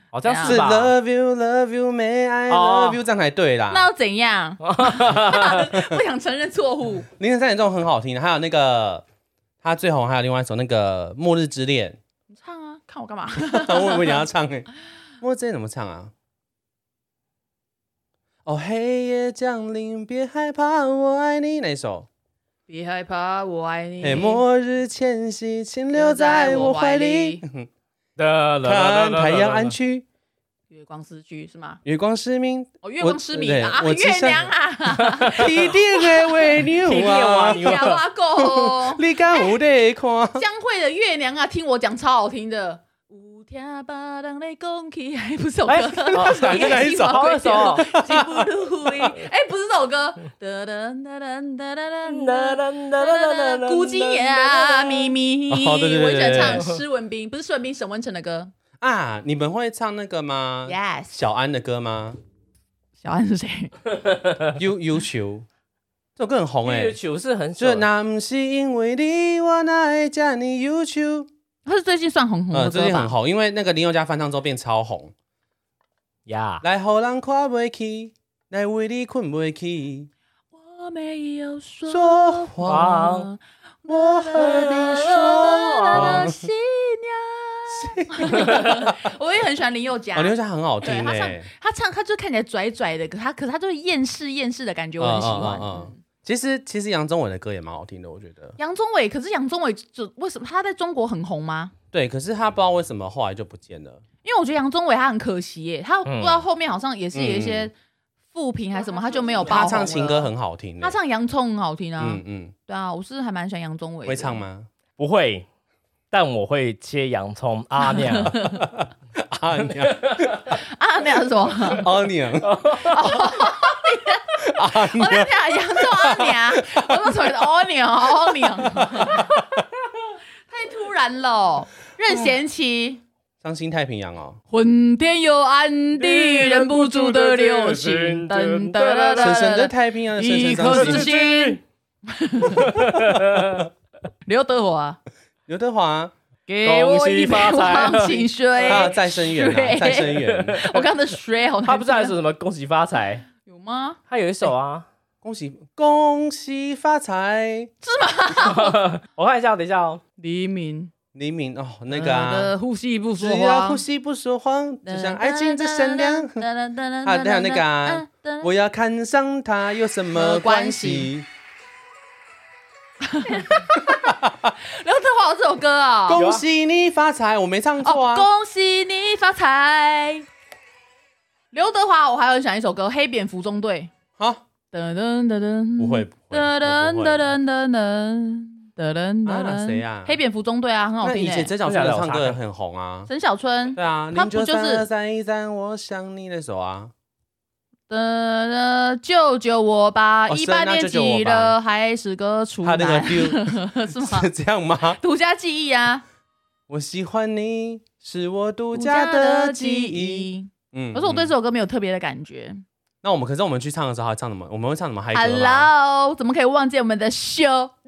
Speaker 4: 好像
Speaker 2: 啊
Speaker 1: 是
Speaker 4: 是吧？
Speaker 1: Love you, Love you, May I
Speaker 4: 哦
Speaker 1: love you，这样才对
Speaker 2: 那
Speaker 1: 啦。
Speaker 2: 又怎样？不想承认错误。
Speaker 1: 凌晨三点钟很好听的，还有那个他最红，还有另外一首那个《末日之恋
Speaker 2: 你唱啊，看我干嘛？》，
Speaker 1: 我以为你要唱哎，《末日之恋》怎么唱啊？哦，黑夜降临，别害怕，我爱你那一首。
Speaker 2: 别害怕，我爱你。
Speaker 1: 哎，末日前夕，请留在我怀里，
Speaker 4: 哒啦啦啦啦
Speaker 1: 看
Speaker 4: 啦
Speaker 1: 太阳
Speaker 4: 啦
Speaker 1: 安区，
Speaker 2: 月光失去是吗？
Speaker 1: 月光失明，
Speaker 2: 哦，月光失明啊，
Speaker 1: 对我只
Speaker 2: 月
Speaker 1: 想
Speaker 2: 亮啊，
Speaker 1: 一定会为你
Speaker 4: 一定
Speaker 1: 啊
Speaker 4: 啊！
Speaker 2: 假挖狗。
Speaker 1: 你敢有在看？
Speaker 2: 江蕙哦的《月亮》啊，听我讲超好听的。有听别人来讲起，还不是首歌，
Speaker 4: 哎
Speaker 1: 哦哪一哪一首
Speaker 2: 好
Speaker 4: 哪一首
Speaker 2: 记不住味哎，不是这首歌。哒哒哒哒哒哒哒哒哒哒古今野啊，咪咪。
Speaker 1: 哦对对对
Speaker 2: 我很喜欢
Speaker 1: 对
Speaker 2: 唱
Speaker 1: 对
Speaker 2: 施文斌，不是施文斌，沈文成的歌。
Speaker 1: 啊，你们会唱那个吗
Speaker 2: Yes，
Speaker 1: 小安的歌吗
Speaker 2: 小安是谁？
Speaker 1: ？You You 球，这首歌很红哎、
Speaker 4: 月球是很
Speaker 1: 这
Speaker 4: 准
Speaker 1: 那不是因为你，我哪会叫你忧愁？
Speaker 2: 他是最近算很红
Speaker 1: 呃，
Speaker 2: 的
Speaker 1: 最
Speaker 2: 歌
Speaker 1: 近很
Speaker 2: 吧？
Speaker 1: 红，因为那个林宥嘉翻唱之后变超红，
Speaker 4: 呀，
Speaker 1: 来让人看袂起，来为你困袂起，
Speaker 2: 我没有说
Speaker 1: 说谎，
Speaker 2: 谎，
Speaker 1: 我和你说
Speaker 2: 我
Speaker 1: 谎
Speaker 2: 的。新娘。 我也很喜欢林宥嘉
Speaker 1: 哦，林宥嘉很好听哎、
Speaker 2: 对他唱他唱，他就看起来拽拽的，可他可他就是厌世厌世的感觉，我很喜
Speaker 1: 哦
Speaker 2: 欢。
Speaker 1: 其实其实杨宗纬的歌也蛮好听的，我觉得。
Speaker 2: 杨宗纬，可是杨宗纬就为什么他在中国很红吗？
Speaker 1: 对，可是他不知道为什么后来就不见了。
Speaker 2: 因为我觉得杨宗纬他很可惜耶，他不
Speaker 4: 嗯
Speaker 2: 知道后面好像也是有一些负评还是什么，他就没有爆
Speaker 1: 嗯
Speaker 2: 红
Speaker 1: 他
Speaker 2: 了
Speaker 1: 唱情歌，很好听、欸，
Speaker 2: 他唱洋葱很好听啊。
Speaker 1: 嗯嗯，
Speaker 2: 对啊，我是还蛮喜欢杨宗纬。
Speaker 1: 会唱？吗？
Speaker 4: 不会，但我会切洋葱 阿娘。
Speaker 1: 阿娘，
Speaker 2: 啊，那样是什么？我
Speaker 1: 阿娘， 阿
Speaker 2: 在
Speaker 1: 娘，
Speaker 2: 讲洋葱阿娘，我那时候觉得哦娘哦娘，太突然了。任贤齐。
Speaker 1: 伤心太平洋哦，
Speaker 2: 昏天又暗地，忍不住的流行，噔哒哒哒
Speaker 1: 深深的
Speaker 2: 哒哒，
Speaker 1: 太平洋的深
Speaker 4: 一
Speaker 1: 深
Speaker 4: 颗
Speaker 1: 伤
Speaker 4: 知
Speaker 1: 心。
Speaker 4: 心，
Speaker 2: 刘德华，
Speaker 1: 刘德华
Speaker 2: 给我一杯忘情水。
Speaker 1: 啊，再生缘啊，
Speaker 2: 水
Speaker 1: 再生缘，
Speaker 2: 我刚刚的水好难
Speaker 4: 他不是还是什么恭喜发财？
Speaker 2: 有吗？
Speaker 4: 他有一首啊，
Speaker 1: 恭喜恭喜发财，
Speaker 4: 我看一下，等一下哦。
Speaker 2: 黎明
Speaker 1: 黎明哦，那个啊，
Speaker 2: 的呼吸不呃说
Speaker 1: 只要
Speaker 2: 话
Speaker 1: 呼，吸不说谎，就像爱情的闪亮。
Speaker 2: 啊
Speaker 1: 啊，还有那个啊，我要看上他有什么关系？
Speaker 2: 刘德华有这首歌啊。
Speaker 1: 恭喜你发财，我没唱错
Speaker 2: 哦，
Speaker 1: 啊。
Speaker 2: 恭喜你发财。刘德华，我还很喜欢一首歌《黑蝙蝠中队》。
Speaker 1: 好，
Speaker 2: 噔噔噔噔，
Speaker 1: 不会不会
Speaker 2: 噔噔
Speaker 1: 我不会
Speaker 2: 噔噔噔噔噔噔
Speaker 1: 啊
Speaker 2: 噔，
Speaker 1: 谁啊
Speaker 2: 黑蝙蝠中队啊，很好
Speaker 1: 那
Speaker 2: 听
Speaker 1: 以前
Speaker 2: 诶。
Speaker 1: 曾小春的唱歌很红啊。
Speaker 2: 沈小春，
Speaker 1: 对啊，
Speaker 2: 他
Speaker 1: 零
Speaker 2: 不
Speaker 1: 九
Speaker 2: 就是
Speaker 1: 三二三一三，我想你那首啊。
Speaker 2: 呃，救救我吧！
Speaker 1: 哦
Speaker 2: 一
Speaker 1: 是啊
Speaker 2: 八
Speaker 1: 那
Speaker 2: 年
Speaker 1: 救救我
Speaker 2: 级
Speaker 1: 吧
Speaker 2: 了，还是个处
Speaker 1: 他那个
Speaker 2: 男，
Speaker 1: feel
Speaker 2: 是吗
Speaker 1: 是？这样吗？
Speaker 2: 独家记忆啊，
Speaker 1: 我喜欢你是我独
Speaker 2: 独
Speaker 1: 家的记忆。
Speaker 2: 忆。
Speaker 1: 嗯
Speaker 2: 可是我对这
Speaker 1: 嗯
Speaker 2: 首歌没有特别的感觉。
Speaker 1: 那我们可是我们去唱的时候还唱什么？我们会唱什么嗨歌吗？
Speaker 2: Hello，怎么可以忘记我们的修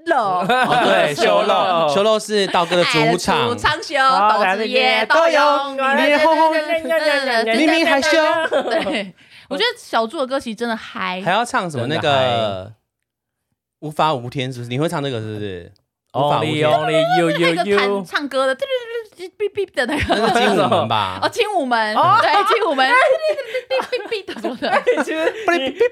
Speaker 2: 肉？
Speaker 1: 哦 对，修漏，修漏是道哥的
Speaker 2: 爱的
Speaker 1: 主场
Speaker 2: 主。唱修，哦斗志也都有，
Speaker 1: 你红红明明害羞
Speaker 2: 对，我觉得小猪的歌其实真的嗨
Speaker 1: 还，要唱什么那
Speaker 4: 真
Speaker 1: 个
Speaker 4: 的
Speaker 1: 无法无天是不是？你会唱那个是不是？无法无
Speaker 4: Only
Speaker 1: 天，
Speaker 4: Only You
Speaker 2: 那个
Speaker 4: You
Speaker 2: 弹
Speaker 4: You，
Speaker 2: 唱歌的，哔哔哔的那
Speaker 1: 那 是
Speaker 2: 个，
Speaker 1: 精武门吧
Speaker 2: 哦，？精武门，对，精 武门，哔哔哔的什么的，
Speaker 4: 其实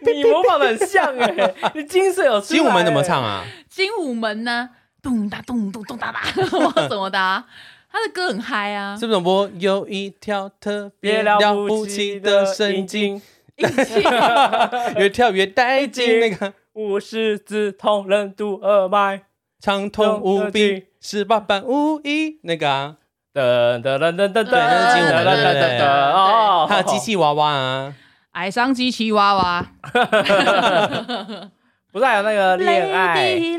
Speaker 4: 你你模仿的很像哎，你精神有出来
Speaker 1: 精武门怎么？唱啊？
Speaker 2: 精武门呢，咚哒咚咚咚哒 哒，什么的，啊他的歌很嗨啊
Speaker 1: 是，不是播有一条特别
Speaker 4: 别
Speaker 1: 了
Speaker 4: 了
Speaker 1: 不
Speaker 4: 不
Speaker 1: 起
Speaker 4: 起
Speaker 1: 的
Speaker 4: 的
Speaker 1: 神
Speaker 4: 神
Speaker 1: 经
Speaker 4: 经，
Speaker 1: 越跳越带劲，那个
Speaker 4: 五十字同人读二脉。
Speaker 1: 畅通无比，十八般武艺，那个啊，
Speaker 4: 噔噔噔噔噔噔，
Speaker 2: 对那是精武门对对对对
Speaker 4: 哦，
Speaker 1: 还有机器娃娃啊，
Speaker 2: 爱上机器娃 娃。
Speaker 4: 不是还有那个恋爱
Speaker 2: Lady,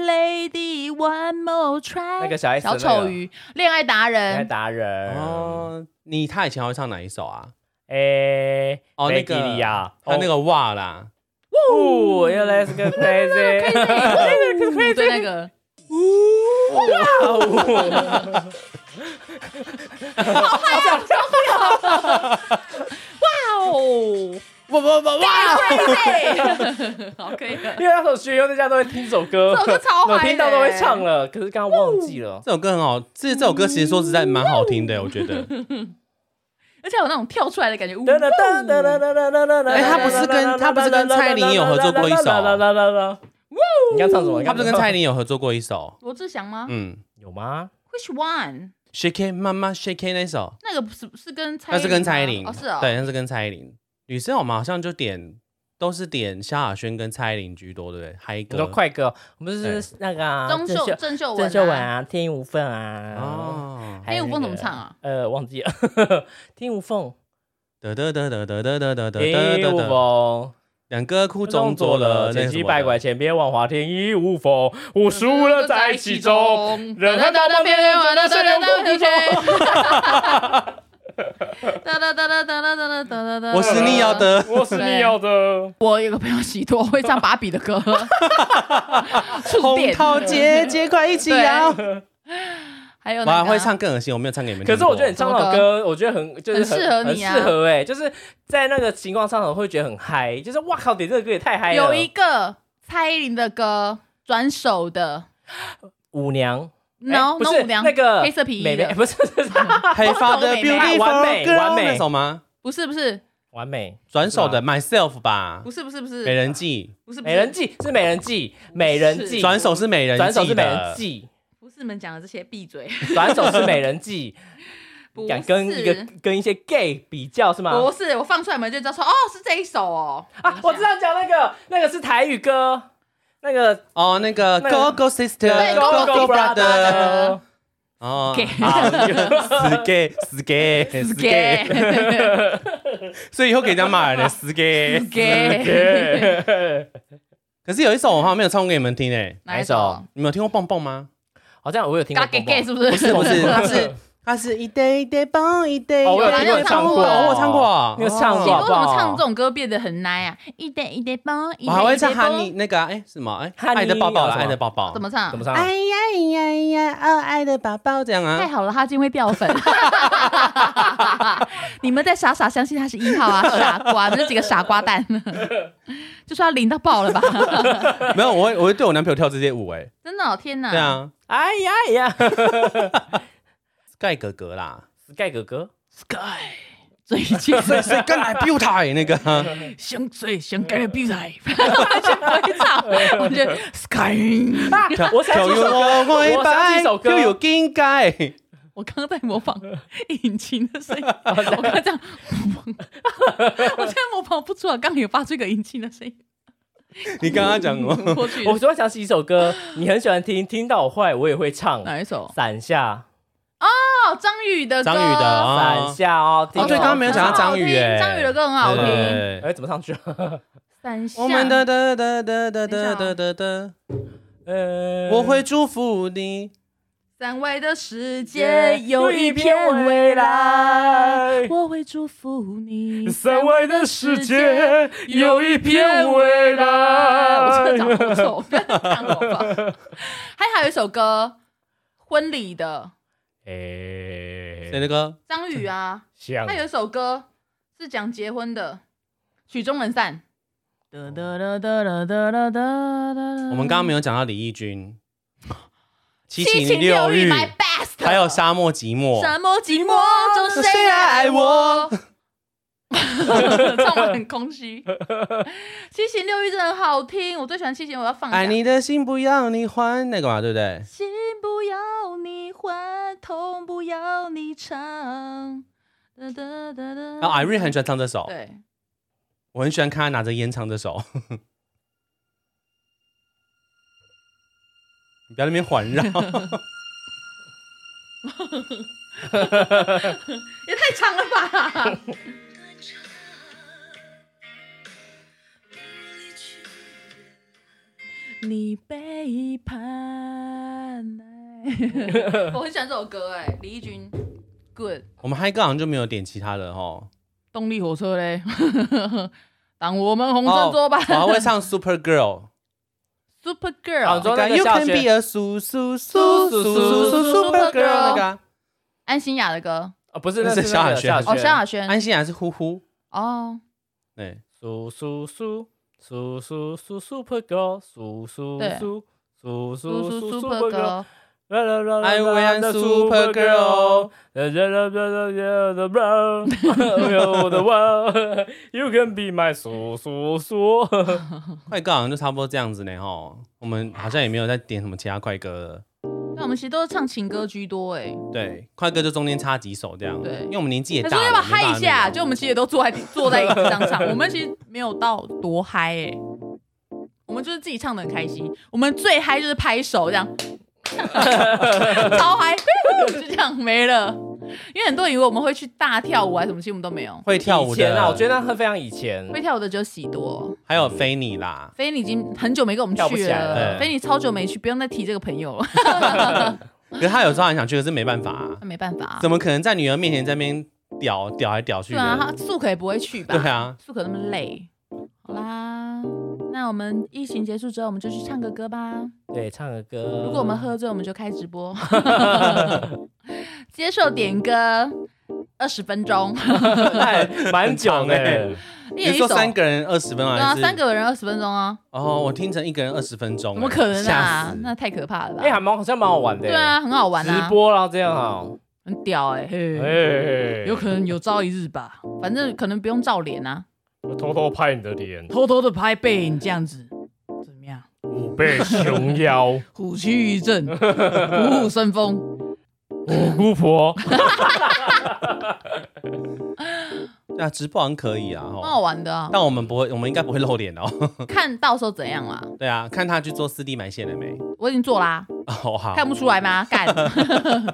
Speaker 2: lady, one more try。
Speaker 4: 那个小 S
Speaker 2: 小丑鱼，恋爱达
Speaker 4: 恋爱
Speaker 2: 人，
Speaker 4: 达人
Speaker 1: 哦，你他以前会唱哪一首啊？
Speaker 4: 诶，
Speaker 1: 哦，那
Speaker 4: 贝
Speaker 1: 个
Speaker 4: 哎基利亚
Speaker 1: 他那个哇啦，
Speaker 4: 哦，Yeah Let's Go Crazy，
Speaker 2: 对对那个， 好哦，
Speaker 3: 哇哇哇哇！
Speaker 2: 对，好，可以了。
Speaker 3: 因为那首《学优》在家都会听这首歌，
Speaker 2: 这首歌 超嗨的
Speaker 3: 我听到都会唱了，可是刚刚忘记了。
Speaker 1: 这首歌很好，这这首歌其实说实在蛮好听的，我觉得。
Speaker 2: 而且有那种跳出来的感觉，呜
Speaker 3: 噔噔噔噔噔噔噔噔噔！
Speaker 1: 哎他不是跟他不是跟蔡琳有合作过一首
Speaker 3: 你刚唱什么？
Speaker 1: 他不是跟蔡
Speaker 3: 蔡
Speaker 1: 琳有合作过一首？
Speaker 2: 罗志祥吗
Speaker 1: 嗯
Speaker 3: 有吗？
Speaker 2: ？Which one？
Speaker 1: ，Shake It 妈妈 Shake It 那首，
Speaker 2: 那个不是是跟蔡
Speaker 1: 那是跟蔡依
Speaker 2: 琳
Speaker 1: 林
Speaker 2: 吗哦，是哦，
Speaker 1: 对，那是跟蔡依林。女生我们好像就点都是点萧亚轩跟蔡依林居多，对不对？嗨
Speaker 3: 你
Speaker 1: 歌
Speaker 3: 说快歌，我们
Speaker 1: 哎
Speaker 3: 是那个啊
Speaker 2: 钟秀
Speaker 3: 秀
Speaker 2: 郑秀文，
Speaker 3: 郑秀文，啊，天衣无缝啊，
Speaker 1: 哦，
Speaker 3: 还有
Speaker 2: 天衣无缝
Speaker 3: 那
Speaker 2: 怎
Speaker 3: 个
Speaker 2: 么唱啊？
Speaker 3: 呃，忘记了， 天衣无缝，
Speaker 1: 得得得得得得得得得
Speaker 3: 天衣
Speaker 1: 得
Speaker 3: 无
Speaker 1: 得，
Speaker 3: 缝。
Speaker 1: 两个哭中
Speaker 3: 中
Speaker 1: 做
Speaker 3: 做
Speaker 1: 了
Speaker 3: 了，
Speaker 1: 那
Speaker 3: 千
Speaker 1: 什
Speaker 3: 奇
Speaker 1: 么
Speaker 3: 百怪，
Speaker 1: 的。
Speaker 3: 千变万化，天衣无缝，无数了在其中。人海茫茫，变幻的善良公主中。
Speaker 2: 哒哒哒哒哒哒哒哒哒哒。
Speaker 1: 我是你要的，
Speaker 3: 我是你要的。
Speaker 2: 我有个朋友喜多会唱芭比的歌，触
Speaker 1: 红
Speaker 2: 电，
Speaker 1: 桃姐姐快一起摇。
Speaker 2: 还有
Speaker 1: 我还
Speaker 2: 那个啊
Speaker 1: 会唱更恶心，我没有唱给你们听
Speaker 3: 可
Speaker 1: 过。
Speaker 3: 是我觉得你唱那首歌，我觉得很就是
Speaker 2: 很适合
Speaker 3: 很
Speaker 2: 你啊
Speaker 3: 适合哎，就是在那个情况上，我会觉得很嗨，就是哇靠，点这个歌也太嗨了。
Speaker 2: 有一个蔡依林的歌，转手的
Speaker 3: 舞娘，
Speaker 2: ，no
Speaker 3: 哎不
Speaker 2: no
Speaker 3: 是
Speaker 2: 舞娘
Speaker 3: 那个
Speaker 2: 黑色皮衣
Speaker 3: 美
Speaker 2: 的
Speaker 3: 美，不是是是
Speaker 1: 黑发的
Speaker 2: 美美
Speaker 1: beautiful
Speaker 3: 完美
Speaker 1: girl
Speaker 3: 完美
Speaker 1: 那首吗？
Speaker 2: 不是不是
Speaker 3: 完美
Speaker 1: 转手的 myself 吧
Speaker 2: 不，是不是不是
Speaker 1: 美人计，
Speaker 2: 不是不
Speaker 3: 美
Speaker 2: 是
Speaker 3: 人计是美人计，美人
Speaker 2: 是
Speaker 3: 计
Speaker 1: 转手是美人计的，
Speaker 3: 转手是美人计，
Speaker 2: 不是你们讲的这些，闭嘴！
Speaker 3: 转手是美人计，
Speaker 2: 不
Speaker 3: 敢跟一个
Speaker 2: 是
Speaker 3: 跟一些 gay 比较是吗？
Speaker 2: 不是，我放出来你们就知道说，哦，是这一首哦。
Speaker 3: 啊，我知道讲那个那个是台语歌，那个呃
Speaker 1: 哦，那个
Speaker 3: 那
Speaker 1: Go
Speaker 3: 个
Speaker 1: Go Sister
Speaker 2: 对 Go
Speaker 1: Go
Speaker 2: Go
Speaker 1: Go
Speaker 2: Brother
Speaker 1: Brother
Speaker 3: 呃
Speaker 1: 哦，
Speaker 2: 给
Speaker 1: 好死 gay 死 gay 死 gay，所以以后可以这样骂 人的死 gay。
Speaker 2: 给
Speaker 1: 可是有一首我好像没有唱过给你们听诶，
Speaker 2: 哪一
Speaker 3: 哪一首
Speaker 2: 首？
Speaker 1: 你们有听过蹦蹦吗？
Speaker 3: 好像我有听过
Speaker 2: 嘎
Speaker 3: 蹦蹦，
Speaker 2: 给给是不是？
Speaker 1: 不是不 是，它
Speaker 3: 是
Speaker 1: 是它是一 day 一 day 蹦一 day，
Speaker 3: 哦，我有听过
Speaker 2: 有
Speaker 3: 你唱
Speaker 2: 过
Speaker 3: 过，
Speaker 1: 哦我唱过，哦
Speaker 3: 那个唱过
Speaker 2: 你为
Speaker 3: 好
Speaker 2: 什
Speaker 3: 不
Speaker 2: 么
Speaker 3: 好
Speaker 2: 唱这种歌变得很奶啊？一点一点包，一
Speaker 1: 我还
Speaker 2: 点
Speaker 1: 会
Speaker 2: 一
Speaker 1: 唱
Speaker 2: 点
Speaker 1: 哈
Speaker 2: 包。
Speaker 1: 尼那个啊哎什么哎，
Speaker 3: 哈尼哦
Speaker 1: 爱的抱抱了，
Speaker 3: 什么
Speaker 1: 爱的抱抱
Speaker 2: 怎，么 唱？
Speaker 3: 怎么唱？啊
Speaker 1: 哎呀呀呀，哦爱的抱抱这样
Speaker 2: 太
Speaker 1: 啊，
Speaker 2: 好了，他竟会掉粉。你们在傻傻相信他是一号啊，傻瓜，你们这几个傻瓜蛋，就说他零到爆了吧？哎
Speaker 1: 没有，我会我会对我男朋友跳这些舞哎，
Speaker 2: 真的、哦，天哪！
Speaker 1: 对啊，
Speaker 3: 哎呀哎呀
Speaker 1: 盖哥哥啦，
Speaker 3: ，Sky 哥 哥，
Speaker 2: ，Sky 最近
Speaker 1: 所以所以跟来 b u t 那个啊。
Speaker 2: 想最想改的比赛，完全不会唱，完全 Sky。
Speaker 3: 啊我想
Speaker 1: 跳
Speaker 3: 起一
Speaker 1: 有
Speaker 3: 首歌，
Speaker 1: 我我
Speaker 3: 我想起一首歌
Speaker 1: 就有应该。
Speaker 2: 我刚刚在模仿引擎的声音，我刚刚这样，我现在模仿不出来，刚刚有发出一个引擎的声音
Speaker 1: 你刚刚讲过，
Speaker 2: 过去的，
Speaker 3: 我突然想起一首歌，你很喜欢听，听到我坏我也会唱，
Speaker 2: 哪一首？
Speaker 3: 伞下
Speaker 2: 哦，张宇的歌，
Speaker 1: 张宇的啊
Speaker 3: 伞下哦，听
Speaker 1: 哦对刚刚没有讲到张宇
Speaker 2: 很好听
Speaker 1: 哎
Speaker 2: 张宇的歌很好听。
Speaker 1: 对
Speaker 3: 哎怎么上去 了？
Speaker 2: 伞下，
Speaker 1: 我们的的的的的的的的的，
Speaker 3: 呃
Speaker 1: 我会祝福你。
Speaker 2: 伞外的世界有一片
Speaker 3: 未
Speaker 2: 蔚蓝，，我会祝福你。
Speaker 3: 呃三外的世界有一片
Speaker 2: 片
Speaker 3: 蔚
Speaker 2: 我真
Speaker 3: 蓝。
Speaker 2: 的长得好 丑，不要看我吧。还还有一首歌，婚礼的
Speaker 1: 谁
Speaker 3: 哎，
Speaker 1: 的歌？
Speaker 2: 张宇啊，
Speaker 3: 像
Speaker 2: 他有一首歌是讲结婚的，曲终人散。哒哒哒哒哒哒哒哒
Speaker 1: 我
Speaker 2: 我
Speaker 1: 们刚刚没有讲到李翊君，七
Speaker 2: 七情六
Speaker 1: 欲
Speaker 2: 欲，，My Best，
Speaker 1: 还有沙漠寂寞。
Speaker 2: 什么寂寞中谁来爱 我？唱完很空虚。七情六欲真的很好听，我最喜欢七情，我要放下
Speaker 1: 爱。你的心不要你还那个嘛，对不对？
Speaker 2: 心不要你还，痛不要你尝。哒哒哒哒。
Speaker 1: 然后 Irene 哦很喜欢唱这首，
Speaker 2: 对，
Speaker 1: 我很喜欢看她拿着烟唱这首。你不要在那边环 绕，
Speaker 2: 也太长了吧！你背叛。我很喜欢这首歌哎，李翊君，Good。
Speaker 1: 我们嗨歌好像就没有点其他的哦。
Speaker 2: 动力火车嘞，当我们红尘作伴。
Speaker 1: 哦我还会唱 Super Girl。啊
Speaker 2: Super
Speaker 3: 哦你
Speaker 2: Girl，
Speaker 3: 说那个
Speaker 1: You
Speaker 3: 小
Speaker 1: can
Speaker 3: 学
Speaker 1: be a su su su su su
Speaker 3: su-
Speaker 1: su super
Speaker 2: su- super
Speaker 1: girl 那个啊
Speaker 2: 安心雅的歌，
Speaker 3: 啊，不是，
Speaker 1: 那
Speaker 3: 那
Speaker 1: 是
Speaker 3: 是
Speaker 1: 萧亚
Speaker 3: 那个
Speaker 1: 轩
Speaker 2: 哦，萧亚轩
Speaker 1: 安心啊还是呼呼？
Speaker 2: 哦，
Speaker 1: 对，
Speaker 3: 苏苏苏苏苏苏 Super Girl，苏苏
Speaker 2: 对
Speaker 3: 苏苏
Speaker 2: 苏
Speaker 3: 苏
Speaker 2: 苏
Speaker 3: 苏
Speaker 2: Super
Speaker 3: Super Girl，
Speaker 2: Girl，
Speaker 3: 啦啦啦啦
Speaker 1: I want Super Girl
Speaker 3: 啦啦啦啦啦啦啦，哎我的 world。You can be my 苏苏苏。
Speaker 1: 快歌好像就差不多这样子呢吼。我们好像也没有再点什么其他快歌了。
Speaker 2: 那我们其实都是唱情歌居多哎。
Speaker 1: 对，快歌就中间插几首这样。
Speaker 2: 对
Speaker 1: 因为我们年纪也
Speaker 2: 他
Speaker 1: 大
Speaker 2: 说
Speaker 1: 了，
Speaker 2: 要不要
Speaker 1: 没办
Speaker 2: 嗨
Speaker 1: 法
Speaker 2: 一下？
Speaker 1: 那个
Speaker 2: 就我们其实也都坐在坐在椅子上唱，我们其实没有到多嗨哎、我们就是自己唱的很开心。我们最嗨就是拍手这样，超嗨，就这样没了。因为很多人以为我们会去大跳舞啊什么，其实我们都没有。
Speaker 1: 会跳舞
Speaker 3: 以前
Speaker 1: 的
Speaker 3: 啊，我觉得那是非常以前。
Speaker 2: 会跳舞的只有喜多，
Speaker 1: 还有非你啦，
Speaker 2: 菲尼已经很久没跟我们
Speaker 3: 跳不
Speaker 2: 去
Speaker 3: 起来
Speaker 2: 了，
Speaker 1: 了
Speaker 2: 菲尼超久没去，不用再提这个朋友了，
Speaker 1: 可是他有时候很想去，可是没办法啊、
Speaker 2: 没办法、啊。
Speaker 1: 怎么可能在女儿面前在那边屌屌来屌去
Speaker 2: 对啊，
Speaker 1: 的？
Speaker 2: 他素可也不会去吧？
Speaker 1: 对啊，
Speaker 2: 不可那么累。好啦，那我们疫情结束之后，我们就去唱个歌吧。
Speaker 4: 对，唱个歌。
Speaker 2: 如果 我们喝醉，我们就开直播，接受点歌二十分钟，
Speaker 3: 哎，蛮久的、
Speaker 1: 很
Speaker 3: 欸
Speaker 1: 欸
Speaker 2: 一
Speaker 1: 你
Speaker 2: 人
Speaker 1: 是
Speaker 2: 一
Speaker 1: 说
Speaker 2: 首。
Speaker 1: 三个人二十分钟还
Speaker 2: 对啊，
Speaker 1: 是？
Speaker 2: 三个人二十分钟啊，
Speaker 1: 哦，我听成一个人二十分钟、哎
Speaker 2: 怎么可能
Speaker 1: 吓
Speaker 2: 啊
Speaker 1: 死！？
Speaker 2: 那太可怕了吧
Speaker 3: 哎、？还蛮好像蛮好玩的、
Speaker 2: 对啊，很好玩
Speaker 3: 直，
Speaker 2: 啊
Speaker 3: 播然后这样啊、
Speaker 2: 很屌哎，
Speaker 3: 哎、
Speaker 2: 嘿有可能有朝一日吧，反正可能不用照脸啊，
Speaker 3: 我偷偷拍你的脸，
Speaker 2: 偷偷的拍背影这样子，怎么样？
Speaker 3: 虎背熊腰，
Speaker 2: 虎躯一震，虎虎生风。
Speaker 3: 虎姑婆。
Speaker 1: 对啊，直播好像可以啊，
Speaker 2: 蛮
Speaker 1: 哦
Speaker 2: 好玩的、啊，
Speaker 1: 但我们不会，我们应该不会露脸的哦。
Speaker 2: 看到时候怎样啦？
Speaker 1: 对啊，看他去做四 D 埋线了没？
Speaker 2: 我已经做啦、
Speaker 1: 哦，好，
Speaker 2: 看不出来 吗？干，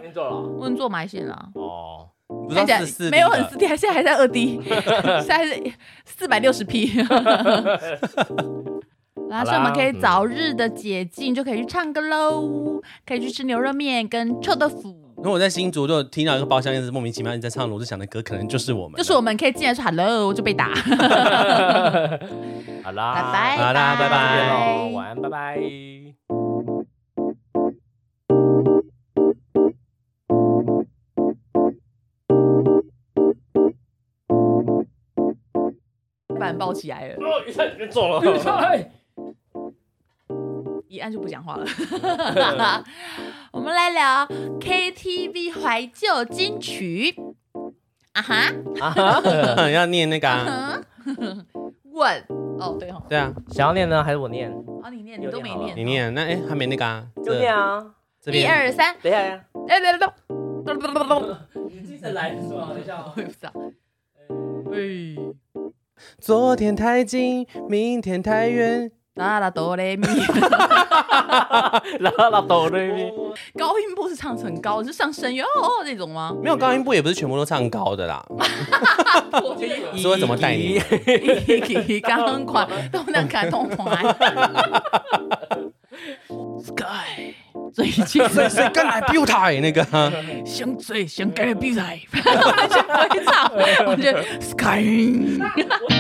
Speaker 3: 先做了。
Speaker 2: 我已经做埋线啦、
Speaker 3: 哦，
Speaker 1: 不知
Speaker 2: 看
Speaker 1: 道
Speaker 2: 起来
Speaker 1: 是四 D
Speaker 2: 没有很
Speaker 1: 的
Speaker 2: 四 D，还现在还在二 D，现在是四百六十 P。然后所以我们可以早日的解禁，就可以去唱歌喽，可以去吃牛肉面跟臭豆腐。
Speaker 1: 如果我在新竹就听到一个包厢一直莫名其妙一直在唱罗志祥的歌，可能就是我们了，
Speaker 2: 就是我们可以进来说 hello 就被打，
Speaker 3: 好啦，
Speaker 2: 拜拜，
Speaker 1: 好啦拜拜
Speaker 3: 再见喽，晚安，拜拜。
Speaker 2: 把人抱起来了，
Speaker 3: 哦，雨菜你别 走了。
Speaker 2: 一按就不讲话了。 我们来聊 KTV 怀旧金曲，啊哈。
Speaker 1: 要念那个、 啊，
Speaker 2: 嗯，问哦，对哦，
Speaker 1: 对啊，
Speaker 4: 想要念呢，还是我念？
Speaker 2: 好，你念，你
Speaker 4: 有
Speaker 2: 都
Speaker 4: 点
Speaker 2: 没
Speaker 4: 好了
Speaker 2: 念，
Speaker 1: 你。念那哎、还没那个啊，
Speaker 4: 就
Speaker 1: 这
Speaker 4: 念啊。
Speaker 1: 这
Speaker 2: 一
Speaker 1: 边
Speaker 2: 二三，
Speaker 4: 等一下呀，
Speaker 2: 哎，等 等等等等等，
Speaker 4: 你精神来是吧？等一下啊
Speaker 2: 我也不知道。哎，
Speaker 1: 昨天太近，明天太远，
Speaker 2: 啦啦哆来咪，
Speaker 4: 然后老抖对面。
Speaker 2: 高音部是唱很高，是上声乐哦哦那种吗？
Speaker 1: 没有高音部也不是全部都唱高的啦，说怎么带你？
Speaker 2: 刚款都能感动款。Sky，最近
Speaker 1: 所以所以刚来 b u 那个啊、
Speaker 2: 想 最想改的比赛，完全不会唱，完全 Sky。